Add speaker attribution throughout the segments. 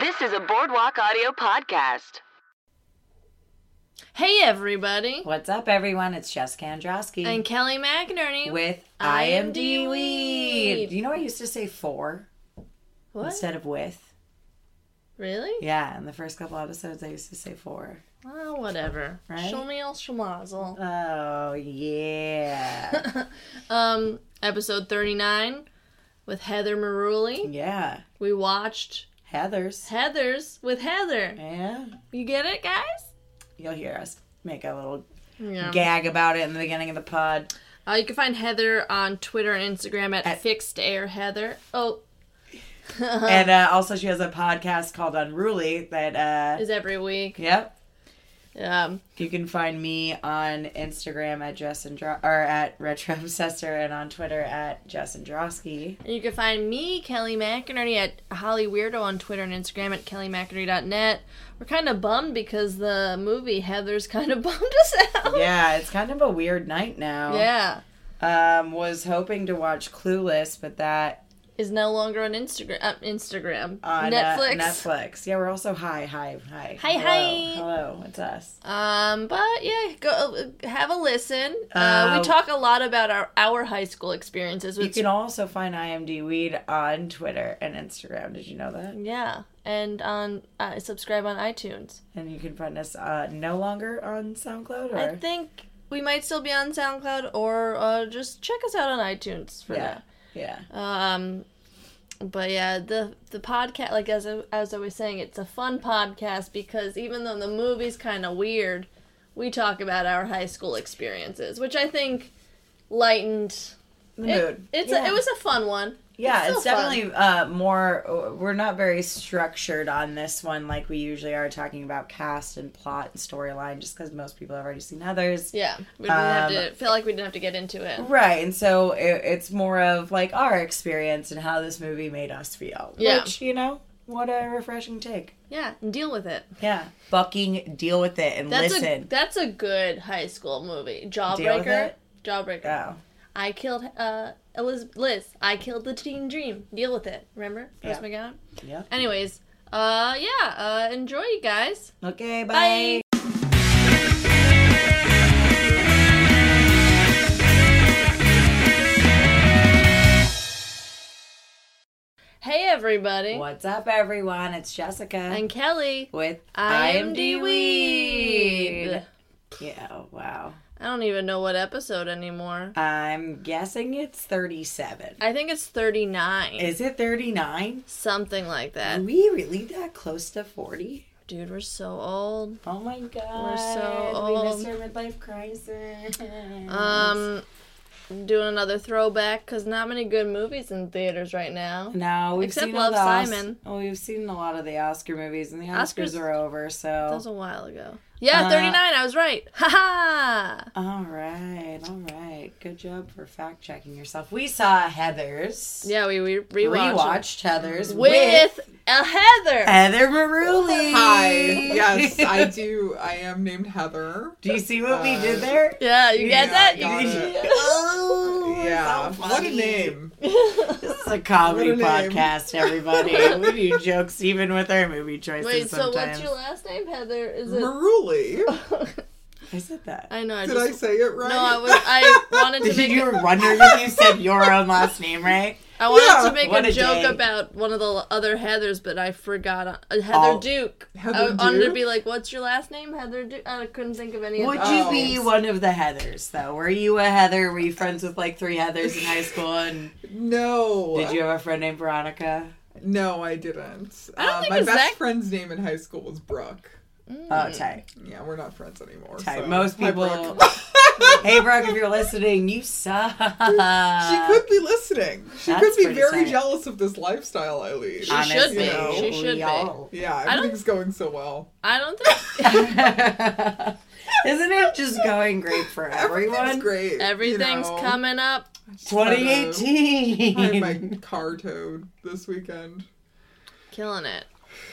Speaker 1: This is a Boardwalk Audio podcast.
Speaker 2: Hey everybody,
Speaker 3: What's up, everyone? It's Jess Kandrowski
Speaker 2: and Kelly McInerney.
Speaker 3: with
Speaker 2: I
Speaker 3: I
Speaker 2: am
Speaker 3: am
Speaker 2: D
Speaker 3: D
Speaker 2: Weed.
Speaker 3: Weed. You know, I used to say for
Speaker 2: what?
Speaker 3: instead of with.
Speaker 2: really?
Speaker 3: Yeah, in the first couple episodes, I used to say for.
Speaker 2: Well, whatever.
Speaker 3: Right?
Speaker 2: Show me all schmazel.
Speaker 3: Oh, yeah.
Speaker 2: Um, episode thirty-nine with Heather Maruli.
Speaker 3: yeah.
Speaker 2: We watched
Speaker 3: Heather's.
Speaker 2: Heather's with Heather.
Speaker 3: Yeah.
Speaker 2: You get it, guys?
Speaker 3: You'll hear us make a little
Speaker 2: Yeah.
Speaker 3: gag about it in the beginning of the pod.
Speaker 2: Uh, you can find Heather on Twitter and Instagram at,
Speaker 3: At-
Speaker 2: Fixed Air Heather. Oh, Uh-huh.
Speaker 3: and uh, also, she has a podcast called Unruly that, uh,
Speaker 2: is every week.
Speaker 3: yep.
Speaker 2: Um,
Speaker 3: You can find me on Instagram at Jess and Dro- or at Retro Obsessor and on Twitter at Jess Androsky.
Speaker 2: And you can find me, Kelly McInerney, at Holly Weirdo on Twitter and Instagram at kellymcInerney.net. We're kind of bummed because the movie Heather's kind of bummed us out.
Speaker 3: Yeah, it's kind of a weird night now.
Speaker 2: Yeah.
Speaker 3: Um, was hoping to watch Clueless, but that
Speaker 2: Is no longer on Instagram. Uh, Instagram.
Speaker 3: on uh,
Speaker 2: Netflix.
Speaker 3: Netflix. Yeah, we're also hi, hi, hi.
Speaker 2: Hi,
Speaker 3: hello,
Speaker 2: hi.
Speaker 3: Hello, it's us.
Speaker 2: Um, but yeah, go uh, have a listen. Uh, we
Speaker 3: Uh,
Speaker 2: talk a lot about our, our high school experiences.
Speaker 3: You
Speaker 2: Which,
Speaker 3: can also find IMD Weed on Twitter and Instagram. Did you know that?
Speaker 2: yeah. And on uh, subscribe on iTunes.
Speaker 3: And you can find us uh, no longer on SoundCloud. Or
Speaker 2: I think we might still be on SoundCloud or uh, just check us out on iTunes for now.
Speaker 3: yeah, yeah.
Speaker 2: Um, but yeah, the the podcast, like as I, as I was saying, it's a fun podcast because even though the movie's kind of weird, we talk about our high school experiences, which I think lightened.
Speaker 3: the
Speaker 2: it-
Speaker 3: mood.
Speaker 2: it's
Speaker 3: yeah.
Speaker 2: a, it was a fun one.
Speaker 3: Yeah,
Speaker 2: It's
Speaker 3: it's,
Speaker 2: still fun.
Speaker 3: definitely uh, more. We're not very structured on this one like we usually are, talking about cast and plot and storyline, just because most people have already seen others.
Speaker 2: Yeah, we didn't have
Speaker 3: Um,
Speaker 2: to feel like we didn't have to get into it.
Speaker 3: Right, and so it, it's more of like our experience and how this movie made us feel.
Speaker 2: Yeah.
Speaker 3: Which, you know, what a refreshing take.
Speaker 2: Yeah, and deal with it.
Speaker 3: Yeah. Fucking deal with it and
Speaker 2: That's a
Speaker 3: listen.
Speaker 2: that's a good high school movie.
Speaker 3: with
Speaker 2: Jawbreaker.
Speaker 3: it?
Speaker 2: Jawbreaker.
Speaker 3: Oh,
Speaker 2: I killed uh Elizabeth Liz. I killed the teen dream. Deal with it. Remember? Post
Speaker 3: Yeah.
Speaker 2: Madonna?
Speaker 3: yeah.
Speaker 2: Anyways, uh yeah, uh enjoy you guys.
Speaker 3: Okay,
Speaker 2: Bye.
Speaker 3: bye.
Speaker 2: Hey everybody.
Speaker 3: What's up, everyone? It's Jessica
Speaker 2: And Kelly.
Speaker 3: with
Speaker 2: I am D Weed.
Speaker 3: Weed. Yeah, oh, wow.
Speaker 2: I don't even know what episode anymore.
Speaker 3: I'm guessing it's 37.
Speaker 2: I think it's 39.
Speaker 3: Is it 39?
Speaker 2: something like that.
Speaker 3: Are we really that close to 40?
Speaker 2: Dude, we're so old.
Speaker 3: Oh my god.
Speaker 2: so
Speaker 3: We missed our midlife crisis.
Speaker 2: Um doing another throwback cuz not many good movies in theaters right now.
Speaker 3: No, we've
Speaker 2: Except
Speaker 3: seen
Speaker 2: Love,
Speaker 3: all the Os-
Speaker 2: Simon.
Speaker 3: Oh, we've seen a lot of the Oscar movies, and the Oscars,
Speaker 2: Oscars-
Speaker 3: are over.
Speaker 2: That
Speaker 3: So,
Speaker 2: was a while ago. Yeah,
Speaker 3: Uh,
Speaker 2: 39. I was right. Ha ha.
Speaker 3: all right, all right, good job for fact checking yourself. We saw Heather's.
Speaker 2: Yeah, we re- rewatched,
Speaker 3: Rewatched Heather's with,
Speaker 2: with, a Heather.
Speaker 3: Heather Maruli.
Speaker 4: Hi. Yes, I do. I am named Heather.
Speaker 3: Do you see what we
Speaker 4: Uh,
Speaker 3: did there?
Speaker 2: yeah, you
Speaker 4: Yeah,
Speaker 2: get that?
Speaker 4: I got
Speaker 2: You-
Speaker 4: it.
Speaker 3: oh, so
Speaker 4: Yeah. What a
Speaker 3: funny.
Speaker 4: name.
Speaker 3: This is a comedy
Speaker 4: What a name.
Speaker 3: podcast, everybody. we do jokes even with our movie choices
Speaker 2: Wait, so
Speaker 3: sometimes.
Speaker 2: what's your last name, Heather? Is it?
Speaker 4: Maruli.
Speaker 3: I said that.
Speaker 2: I know. I
Speaker 4: Did
Speaker 2: just.
Speaker 4: I say it right?
Speaker 2: no, I was. I wanted to
Speaker 3: Did
Speaker 2: make.
Speaker 3: you were wondering if you said your own last name right?
Speaker 2: I wanted
Speaker 4: Yeah.
Speaker 2: to make
Speaker 3: What
Speaker 2: a
Speaker 3: a
Speaker 2: joke
Speaker 3: day.
Speaker 2: about one of the other Heathers, but I forgot. Uh, Heather
Speaker 3: Oh.
Speaker 2: Duke. I
Speaker 4: Heather
Speaker 2: wanted to
Speaker 4: Duke?
Speaker 2: be like, "What's your last name, Heather Duke?" I couldn't think of any.
Speaker 3: Would
Speaker 2: of
Speaker 3: you
Speaker 4: Oh.
Speaker 3: be one of the Heathers though? Were you a Heather? Were you friends with like three Heathers in high school? And
Speaker 4: No.
Speaker 3: did you have a friend named Veronica?
Speaker 4: No, I didn't.
Speaker 2: I don't
Speaker 4: Uh,
Speaker 2: think
Speaker 4: my
Speaker 2: it's
Speaker 4: best
Speaker 2: that-
Speaker 4: friend's name in high school was Brooke.
Speaker 2: Mm.
Speaker 3: Oh, tight.
Speaker 4: Yeah, we're not friends anymore.
Speaker 3: Tight.
Speaker 4: so-
Speaker 3: Most
Speaker 4: Hi,
Speaker 3: people-
Speaker 4: Brooke.
Speaker 3: Hey Brooke, if you're listening, you suck.
Speaker 4: she could be listening. She
Speaker 3: That's
Speaker 4: could be
Speaker 3: pretty
Speaker 4: very
Speaker 3: sad.
Speaker 4: jealous of this lifestyle I lead.
Speaker 2: She should
Speaker 3: Honestly,
Speaker 4: be. She
Speaker 2: should be.
Speaker 3: we all-
Speaker 4: yeah,
Speaker 2: don't-
Speaker 4: everything's going so well.
Speaker 2: I don't think
Speaker 3: Isn't it just going great for
Speaker 4: Everything's
Speaker 3: everyone?
Speaker 4: great. you
Speaker 2: everything's
Speaker 4: know.
Speaker 2: coming up.
Speaker 4: I just had a- I had
Speaker 3: 2018.
Speaker 4: my car towed this weekend.
Speaker 2: Killing it.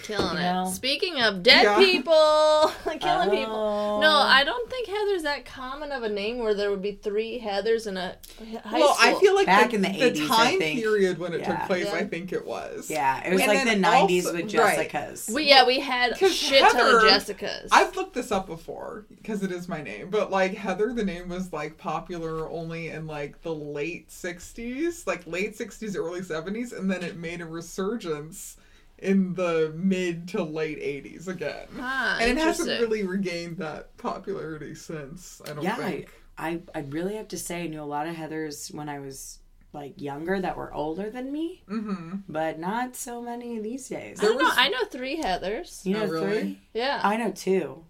Speaker 2: Killing
Speaker 3: You know?
Speaker 2: it. Speaking of dead
Speaker 4: Yeah.
Speaker 2: people, killing people. No,
Speaker 3: Oh.
Speaker 2: I don't think Heather's that common of a name where there would be three Heathers in a h- high
Speaker 4: well,
Speaker 2: school.
Speaker 4: I feel like
Speaker 3: Back
Speaker 4: the,
Speaker 3: in the 80s, I
Speaker 4: time
Speaker 3: think.
Speaker 4: period when it
Speaker 3: Yeah.
Speaker 4: took place,
Speaker 2: Yeah.
Speaker 4: I think it was.
Speaker 3: Yeah, it was
Speaker 4: And
Speaker 3: like the
Speaker 4: then
Speaker 3: 90s
Speaker 4: also-
Speaker 3: with
Speaker 4: right.
Speaker 3: Jessica's.
Speaker 2: we yeah we had a
Speaker 4: 'Cause
Speaker 2: shit ton of
Speaker 4: Heather-
Speaker 2: Jessicas.
Speaker 4: I've looked this up before because it is my name, but like Heather, the name was like popular only in like the late 60s, like late 60s, early 70s, and then it made a resurgence in the mid to late 80s again.
Speaker 2: Ah,
Speaker 4: and it hasn't
Speaker 2: interesting.
Speaker 4: really regained that popularity since, I don't
Speaker 3: yeah, I,
Speaker 4: think.
Speaker 3: I I really have to say I knew a lot of Heathers when I was like younger that were older than me,
Speaker 4: Mm-hmm.
Speaker 3: but not so many these days.
Speaker 2: I don't know.
Speaker 4: was-
Speaker 2: I know three Heathers.
Speaker 3: You know
Speaker 4: Oh, really?
Speaker 3: three?
Speaker 2: Yeah,
Speaker 3: I know two.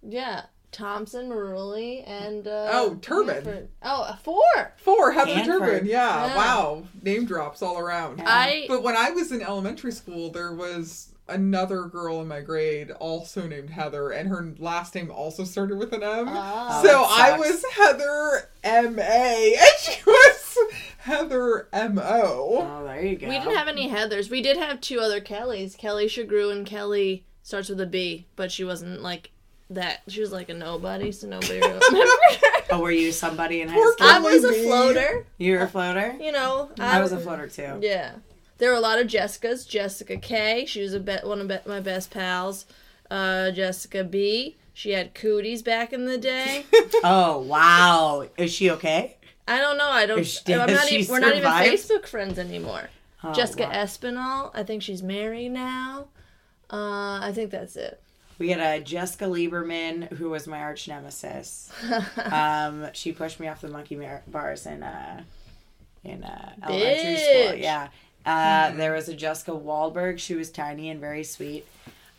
Speaker 2: yeah. Thompson, Maruli, and uh,
Speaker 4: Oh, Turbin.
Speaker 2: Hanford. Oh, four.
Speaker 4: Four, Heather
Speaker 3: Hanford.
Speaker 4: Turbin. Yeah,
Speaker 2: Yeah.
Speaker 4: wow. Name drops all around.
Speaker 2: I
Speaker 4: But when I was in elementary school, there was another girl in my grade also named Heather, and her last name also started with an M.
Speaker 2: Ah.
Speaker 4: so
Speaker 3: Oh, that
Speaker 4: I
Speaker 3: sucks.
Speaker 4: was Heather M A, and she was Heather M O.
Speaker 3: Oh, there you go.
Speaker 2: We didn't have any Heathers. We did have two other Kellys. Kelly Shagru and Kelly starts with a B, but she wasn't like that. She was like a nobody, so nobody really remembered her.
Speaker 3: Oh, were you somebody in high
Speaker 4: Poor
Speaker 3: school?
Speaker 2: I was a
Speaker 4: Kelly B.
Speaker 2: floater,
Speaker 3: You were a floater.
Speaker 2: you know.
Speaker 3: I was a floater too.
Speaker 2: Yeah. There were a lot of Jessicas. Jessica K. She was a be- one of be- my best pals. Uh, Jessica B. She had cooties back in the day.
Speaker 3: Oh wow, is she okay?
Speaker 2: I don't know. I don't.
Speaker 3: Is she-
Speaker 2: I'm
Speaker 3: has
Speaker 2: not
Speaker 3: she
Speaker 2: e- we're not even
Speaker 3: survived?
Speaker 2: Facebook friends anymore.
Speaker 3: Oh,
Speaker 2: Jessica
Speaker 3: wow.
Speaker 2: Espinal. I think she's married now. Uh, I think that's it.
Speaker 3: We had a Jessica Lieberman who was my arch nemesis. um, she pushed me off the monkey mar- bars in uh, in uh, elementary school.
Speaker 2: Bitch. Hmm.
Speaker 3: Yeah. Uh, There was a Jessica Wahlberg. She was tiny and very sweet.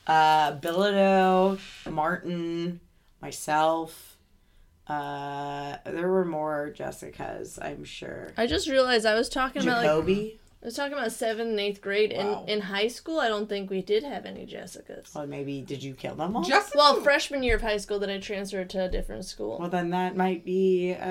Speaker 3: Uh, Bilodeau, Martin, myself. Uh, there were more Jessicas, I'm sure.
Speaker 2: I just realized I was talking about like
Speaker 3: Jacoby.
Speaker 2: I was talking about seventh and eighth grade in
Speaker 4: Wow.
Speaker 2: in high school. I don't think we did have any Jessicas.
Speaker 3: Well, maybe did you kill them all?
Speaker 4: Jessica.
Speaker 2: Well, freshman year of high school, then I transferred to a different school.
Speaker 3: well, then that might be uh,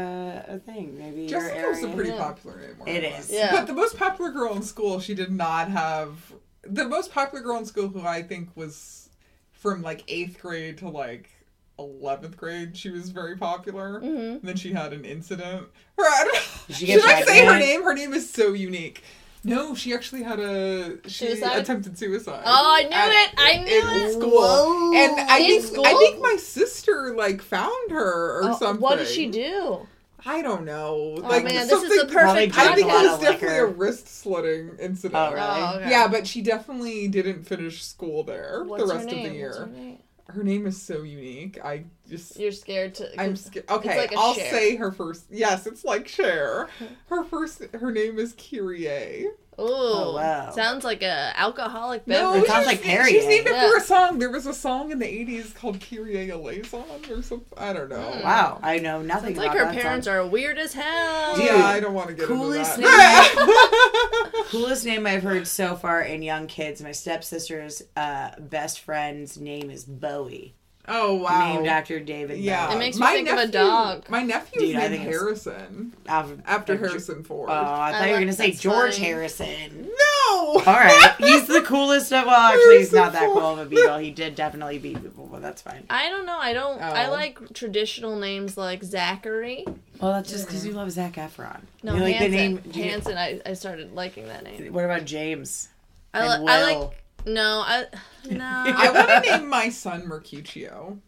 Speaker 3: a thing. Maybe your
Speaker 4: Jessica was a
Speaker 3: area-
Speaker 4: pretty
Speaker 2: Yeah.
Speaker 4: popular name. more
Speaker 3: It
Speaker 4: or less.
Speaker 3: is.
Speaker 2: Yeah.
Speaker 4: But the most popular girl in school, she did not have. The most popular girl in school, who I think was from like eighth grade to like eleventh grade, she was very popular.
Speaker 2: Mhm.
Speaker 4: And then she had an incident. Or I don't know.
Speaker 3: Did she get
Speaker 4: Should I say her
Speaker 3: pregnant?
Speaker 4: name? Her name is so unique. No, she actually had a she
Speaker 2: Suicide?
Speaker 4: attempted suicide.
Speaker 2: Oh, I knew
Speaker 4: at-
Speaker 2: it! I knew
Speaker 4: in
Speaker 2: it!
Speaker 4: school.
Speaker 3: Whoa.
Speaker 4: And I
Speaker 2: In
Speaker 4: think I
Speaker 2: school?
Speaker 4: think my sister like found her or
Speaker 2: Oh,
Speaker 4: something.
Speaker 2: What did she do?
Speaker 4: I don't know.
Speaker 2: Oh man, this is the
Speaker 3: Probably
Speaker 2: perfect
Speaker 3: drank
Speaker 4: I think it
Speaker 3: lot
Speaker 4: was
Speaker 3: of
Speaker 2: podcast.
Speaker 4: definitely
Speaker 3: liquor.
Speaker 4: a wrist slitting incident.
Speaker 3: Oh, really?
Speaker 2: Oh, okay.
Speaker 4: Yeah, but she definitely didn't finish school there
Speaker 2: What's
Speaker 4: the
Speaker 2: her
Speaker 4: rest of
Speaker 2: name?
Speaker 4: the
Speaker 2: What's
Speaker 4: year.
Speaker 2: her name?
Speaker 4: Her, name is so unique. I just.
Speaker 2: You're scared to.
Speaker 4: I'm scared. Okay,
Speaker 2: like a
Speaker 4: I'll
Speaker 2: Cher.
Speaker 4: say her first. Yes, it's like Cher. Her first. Her name is Kyrie.
Speaker 2: Ooh,
Speaker 3: Oh, wow.
Speaker 2: Oh, sounds like a alcoholic
Speaker 4: No,
Speaker 2: beverage.
Speaker 3: It sounds
Speaker 4: she's-
Speaker 3: like Perrier.
Speaker 4: She's named
Speaker 2: Yeah.
Speaker 4: after a song. There was a song in the '80s called Kyrie Eleison or something. I don't know.
Speaker 2: Hmm.
Speaker 3: Wow, I know nothing
Speaker 2: Sounds like
Speaker 3: about
Speaker 2: her
Speaker 3: that
Speaker 2: parents
Speaker 3: song.
Speaker 2: are weird as hell.
Speaker 3: Dude,
Speaker 4: Yeah, Ah, I don't want to get
Speaker 3: coolest
Speaker 4: into that.
Speaker 3: Coolest name I've heard so far in young kids. My stepsister's uh, best friend's name is Bowie,
Speaker 4: oh wow.
Speaker 3: named after David.
Speaker 4: Yeah,
Speaker 3: Bowie.
Speaker 2: It makes me think of a dog.
Speaker 4: My nephew
Speaker 3: Dude,
Speaker 4: is
Speaker 3: I
Speaker 4: named
Speaker 3: think it's-
Speaker 4: Harrison
Speaker 3: After,
Speaker 4: after Harrison Ford.
Speaker 3: Oh, I thought
Speaker 2: I
Speaker 3: you were
Speaker 2: like-
Speaker 3: gonna say
Speaker 2: that's
Speaker 3: George
Speaker 2: funny.
Speaker 3: Harrison.
Speaker 4: no.
Speaker 3: All right, he's the coolest of. Well, actually, he's
Speaker 4: Harrison
Speaker 3: not that cool
Speaker 4: Ford.
Speaker 3: of a Beatle. He did definitely beat people, but that's fine.
Speaker 2: I don't know. I don't. I
Speaker 4: Oh.
Speaker 2: like traditional names like Zachary.
Speaker 3: Well, that's just because you love Zach Efron.
Speaker 2: No,
Speaker 3: you like
Speaker 2: Hanson.
Speaker 3: the name. do you-
Speaker 2: Hanson. I, I started liking that name.
Speaker 3: What about James?
Speaker 2: I,
Speaker 3: and
Speaker 2: li- I
Speaker 3: Will.
Speaker 2: like. No, I no.
Speaker 4: I
Speaker 2: I,
Speaker 4: want to name my son Mercutio.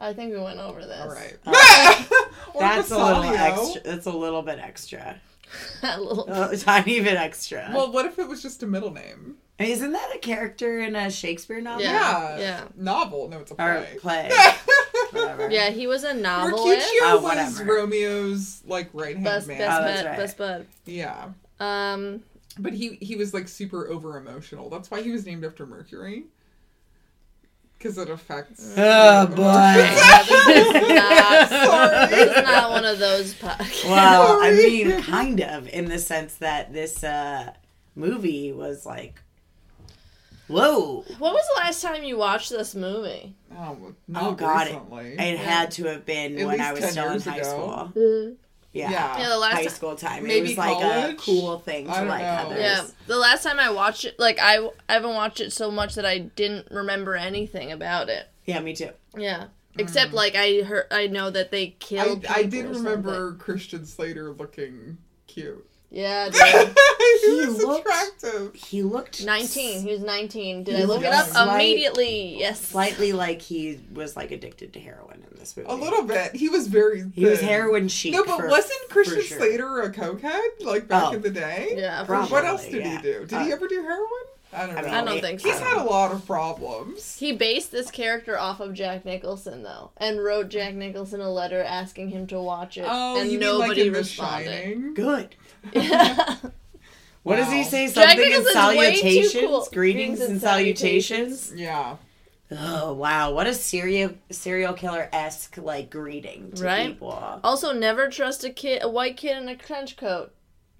Speaker 2: think we went over this.
Speaker 4: All right.
Speaker 2: Uh,
Speaker 4: Or
Speaker 3: That's a little
Speaker 4: Bassanio.
Speaker 3: extra. That's a little bit extra.
Speaker 2: A little-
Speaker 3: A tiny bit extra.
Speaker 4: Well, what if it was just a middle name?
Speaker 3: Isn't that a character in a Shakespeare novel?
Speaker 2: Yeah.
Speaker 4: Yeah.
Speaker 2: yeah.
Speaker 4: Novel. No, it's a
Speaker 3: Or
Speaker 4: play.
Speaker 3: play. Whatever.
Speaker 2: yeah, he was a novelist.
Speaker 4: Mercutio
Speaker 3: Oh,
Speaker 4: was
Speaker 3: whatever.
Speaker 4: Romeo's like right hand
Speaker 2: Best
Speaker 4: man. Uh,
Speaker 2: best
Speaker 3: Oh, that's
Speaker 2: bud.
Speaker 3: right.
Speaker 2: Best bud.
Speaker 4: Yeah,
Speaker 2: Um.
Speaker 4: but he he was like super over emotional. That's why he was named after Mercury. Because it affects.
Speaker 3: Oh
Speaker 2: yeah,
Speaker 3: boy.
Speaker 2: this is not,
Speaker 4: Sorry.
Speaker 2: this is not one of those podcasts.
Speaker 3: well, I
Speaker 4: Sorry.
Speaker 3: mean, kind of in the sense that this uh, movie was like, whoa.
Speaker 2: When was the last time you watched this movie?
Speaker 4: Oh,
Speaker 3: Oh
Speaker 4: not
Speaker 3: god, it,
Speaker 4: recently.
Speaker 3: it had to have been
Speaker 4: At
Speaker 3: when
Speaker 4: least
Speaker 3: I was
Speaker 4: 10
Speaker 3: still in
Speaker 4: years
Speaker 3: high
Speaker 4: ago.
Speaker 3: school.
Speaker 2: Mm.
Speaker 3: yeah,
Speaker 2: Yeah, the last
Speaker 3: high
Speaker 2: time-
Speaker 3: school time.
Speaker 4: Maybe
Speaker 3: it was like a
Speaker 4: college?
Speaker 3: cool thing to
Speaker 4: I don't
Speaker 3: like
Speaker 4: know.
Speaker 3: others.
Speaker 2: Yeah, the last time I watched it, like I I haven't watched it so much that I didn't remember anything about it.
Speaker 3: Yeah, me too.
Speaker 2: Yeah, except like I heard, I know that they
Speaker 4: I,
Speaker 2: killed.
Speaker 4: I
Speaker 2: people
Speaker 4: did
Speaker 2: or something.
Speaker 4: remember Christian Slater looking cute.
Speaker 2: Yeah,
Speaker 4: he
Speaker 2: dude.
Speaker 4: was
Speaker 3: looked-
Speaker 4: attractive.
Speaker 3: He looked
Speaker 2: nineteen. He was nineteen. Did
Speaker 3: He
Speaker 2: I look it
Speaker 4: looked
Speaker 2: up
Speaker 3: slight-
Speaker 2: immediately? Yes.
Speaker 3: slightly like he was like addicted to heroin in this movie.
Speaker 4: A little bit. He was very.
Speaker 3: He was
Speaker 4: thin.
Speaker 3: heroin chic.
Speaker 4: No, but
Speaker 3: for-
Speaker 4: wasn't
Speaker 3: for
Speaker 4: Christian
Speaker 3: sure.
Speaker 4: Slater a cokehead like back
Speaker 3: Oh.
Speaker 4: in the day?
Speaker 2: Yeah. for
Speaker 3: Probably.
Speaker 2: sure.
Speaker 4: What else did
Speaker 3: yeah.
Speaker 4: he do? Did he
Speaker 3: Uh,
Speaker 4: ever do heroin? I don't know.
Speaker 3: mean,
Speaker 2: I don't think so.
Speaker 4: He's had a lot of problems.
Speaker 2: He based this character off of Jack Nicholson though, and wrote Jack Nicholson a letter asking him to watch it,
Speaker 4: Oh,
Speaker 2: and
Speaker 4: you mean like
Speaker 2: nobody
Speaker 4: in The
Speaker 2: responded.
Speaker 4: Shining?
Speaker 3: good.
Speaker 2: Yeah.
Speaker 3: What does he
Speaker 4: Wow.
Speaker 3: say?
Speaker 2: Jack
Speaker 3: Something in
Speaker 2: Nicholson's way too
Speaker 3: salutations,
Speaker 2: cool.
Speaker 3: greetings and salutations.
Speaker 4: Yeah.
Speaker 3: Oh wow, what a serial serial killer esque like greeting to
Speaker 2: Right?
Speaker 3: people.
Speaker 2: also, never trust a kid, a white kid in a trench coat.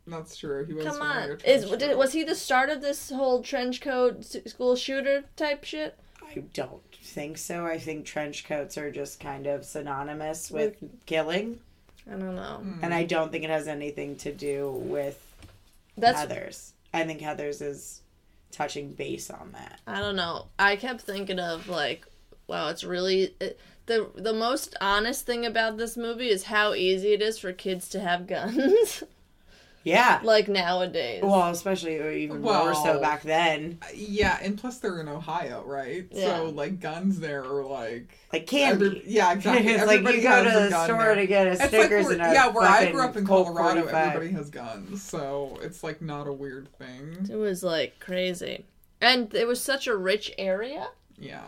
Speaker 4: That's true. He was.
Speaker 2: Come
Speaker 4: wearing
Speaker 2: on,
Speaker 4: a
Speaker 2: is
Speaker 4: trench
Speaker 2: did,
Speaker 4: coat.
Speaker 2: was he the start of this whole trench coat s- school shooter type shit?
Speaker 3: I don't think so. I think trench coats are just kind of synonymous with killing,
Speaker 2: I don't know.
Speaker 3: and I don't think it has anything to do with
Speaker 2: That's
Speaker 3: Heather's. I think Heather's is touching base on that.
Speaker 2: I don't know. I kept thinking of like, wow, it's really it, the the most honest thing about this movie is how easy it is for kids to have guns,
Speaker 3: Yeah.
Speaker 2: like nowadays.
Speaker 3: Well, especially or even more so
Speaker 4: Well-
Speaker 3: back then.
Speaker 4: Uh, Yeah, and plus they're in Ohio, right?
Speaker 2: Yeah.
Speaker 4: So like guns there are like.
Speaker 3: Like candy.
Speaker 4: Every- yeah, exactly.
Speaker 3: it's like
Speaker 4: Everybody
Speaker 3: you go
Speaker 4: has
Speaker 3: to
Speaker 4: a
Speaker 3: the
Speaker 4: gun
Speaker 3: store
Speaker 4: there.
Speaker 3: to get a
Speaker 4: It's like
Speaker 3: Snickers
Speaker 4: where-
Speaker 3: and a
Speaker 4: yeah, where I grew
Speaker 3: fucking
Speaker 4: up in
Speaker 3: Colt
Speaker 4: Colorado,
Speaker 3: 45.
Speaker 4: everybody has guns, so it's like not a weird thing.
Speaker 2: It was like crazy, and it was such a rich area.
Speaker 4: Yeah,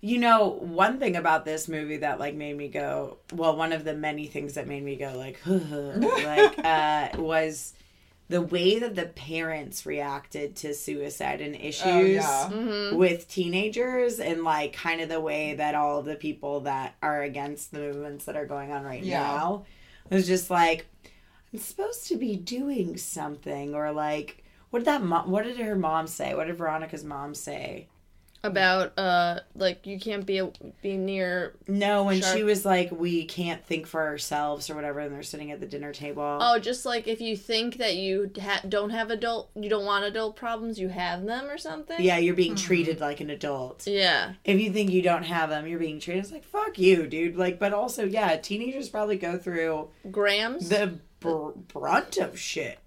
Speaker 3: You know, one thing about this movie that like made me go, well, one of the many things that made me go like, like uh, was the way that the parents reacted to suicide and issues
Speaker 4: Oh, yeah.
Speaker 3: with teenagers and like kind of the way that all of the people that are against the movements that are going on right
Speaker 4: Yeah.
Speaker 3: now it was just like I'm supposed to be doing something or like what did that mom what did her mom say? What did Veronica's mom say?
Speaker 2: about uh like you can't be a, be near
Speaker 3: No, when she
Speaker 2: Sure.
Speaker 3: was like, we can't think for ourselves or whatever, and they're sitting at the dinner table.
Speaker 2: oh just like if you think that you ha- don't have adult you don't want adult problems you have them or something
Speaker 3: Yeah, you're being treated like an adult.
Speaker 2: yeah
Speaker 3: If you think you don't have them, you're being treated. It's like, fuck you, dude. Like, but also, yeah, teenagers probably go through
Speaker 2: grams
Speaker 3: the br- brunt of shit.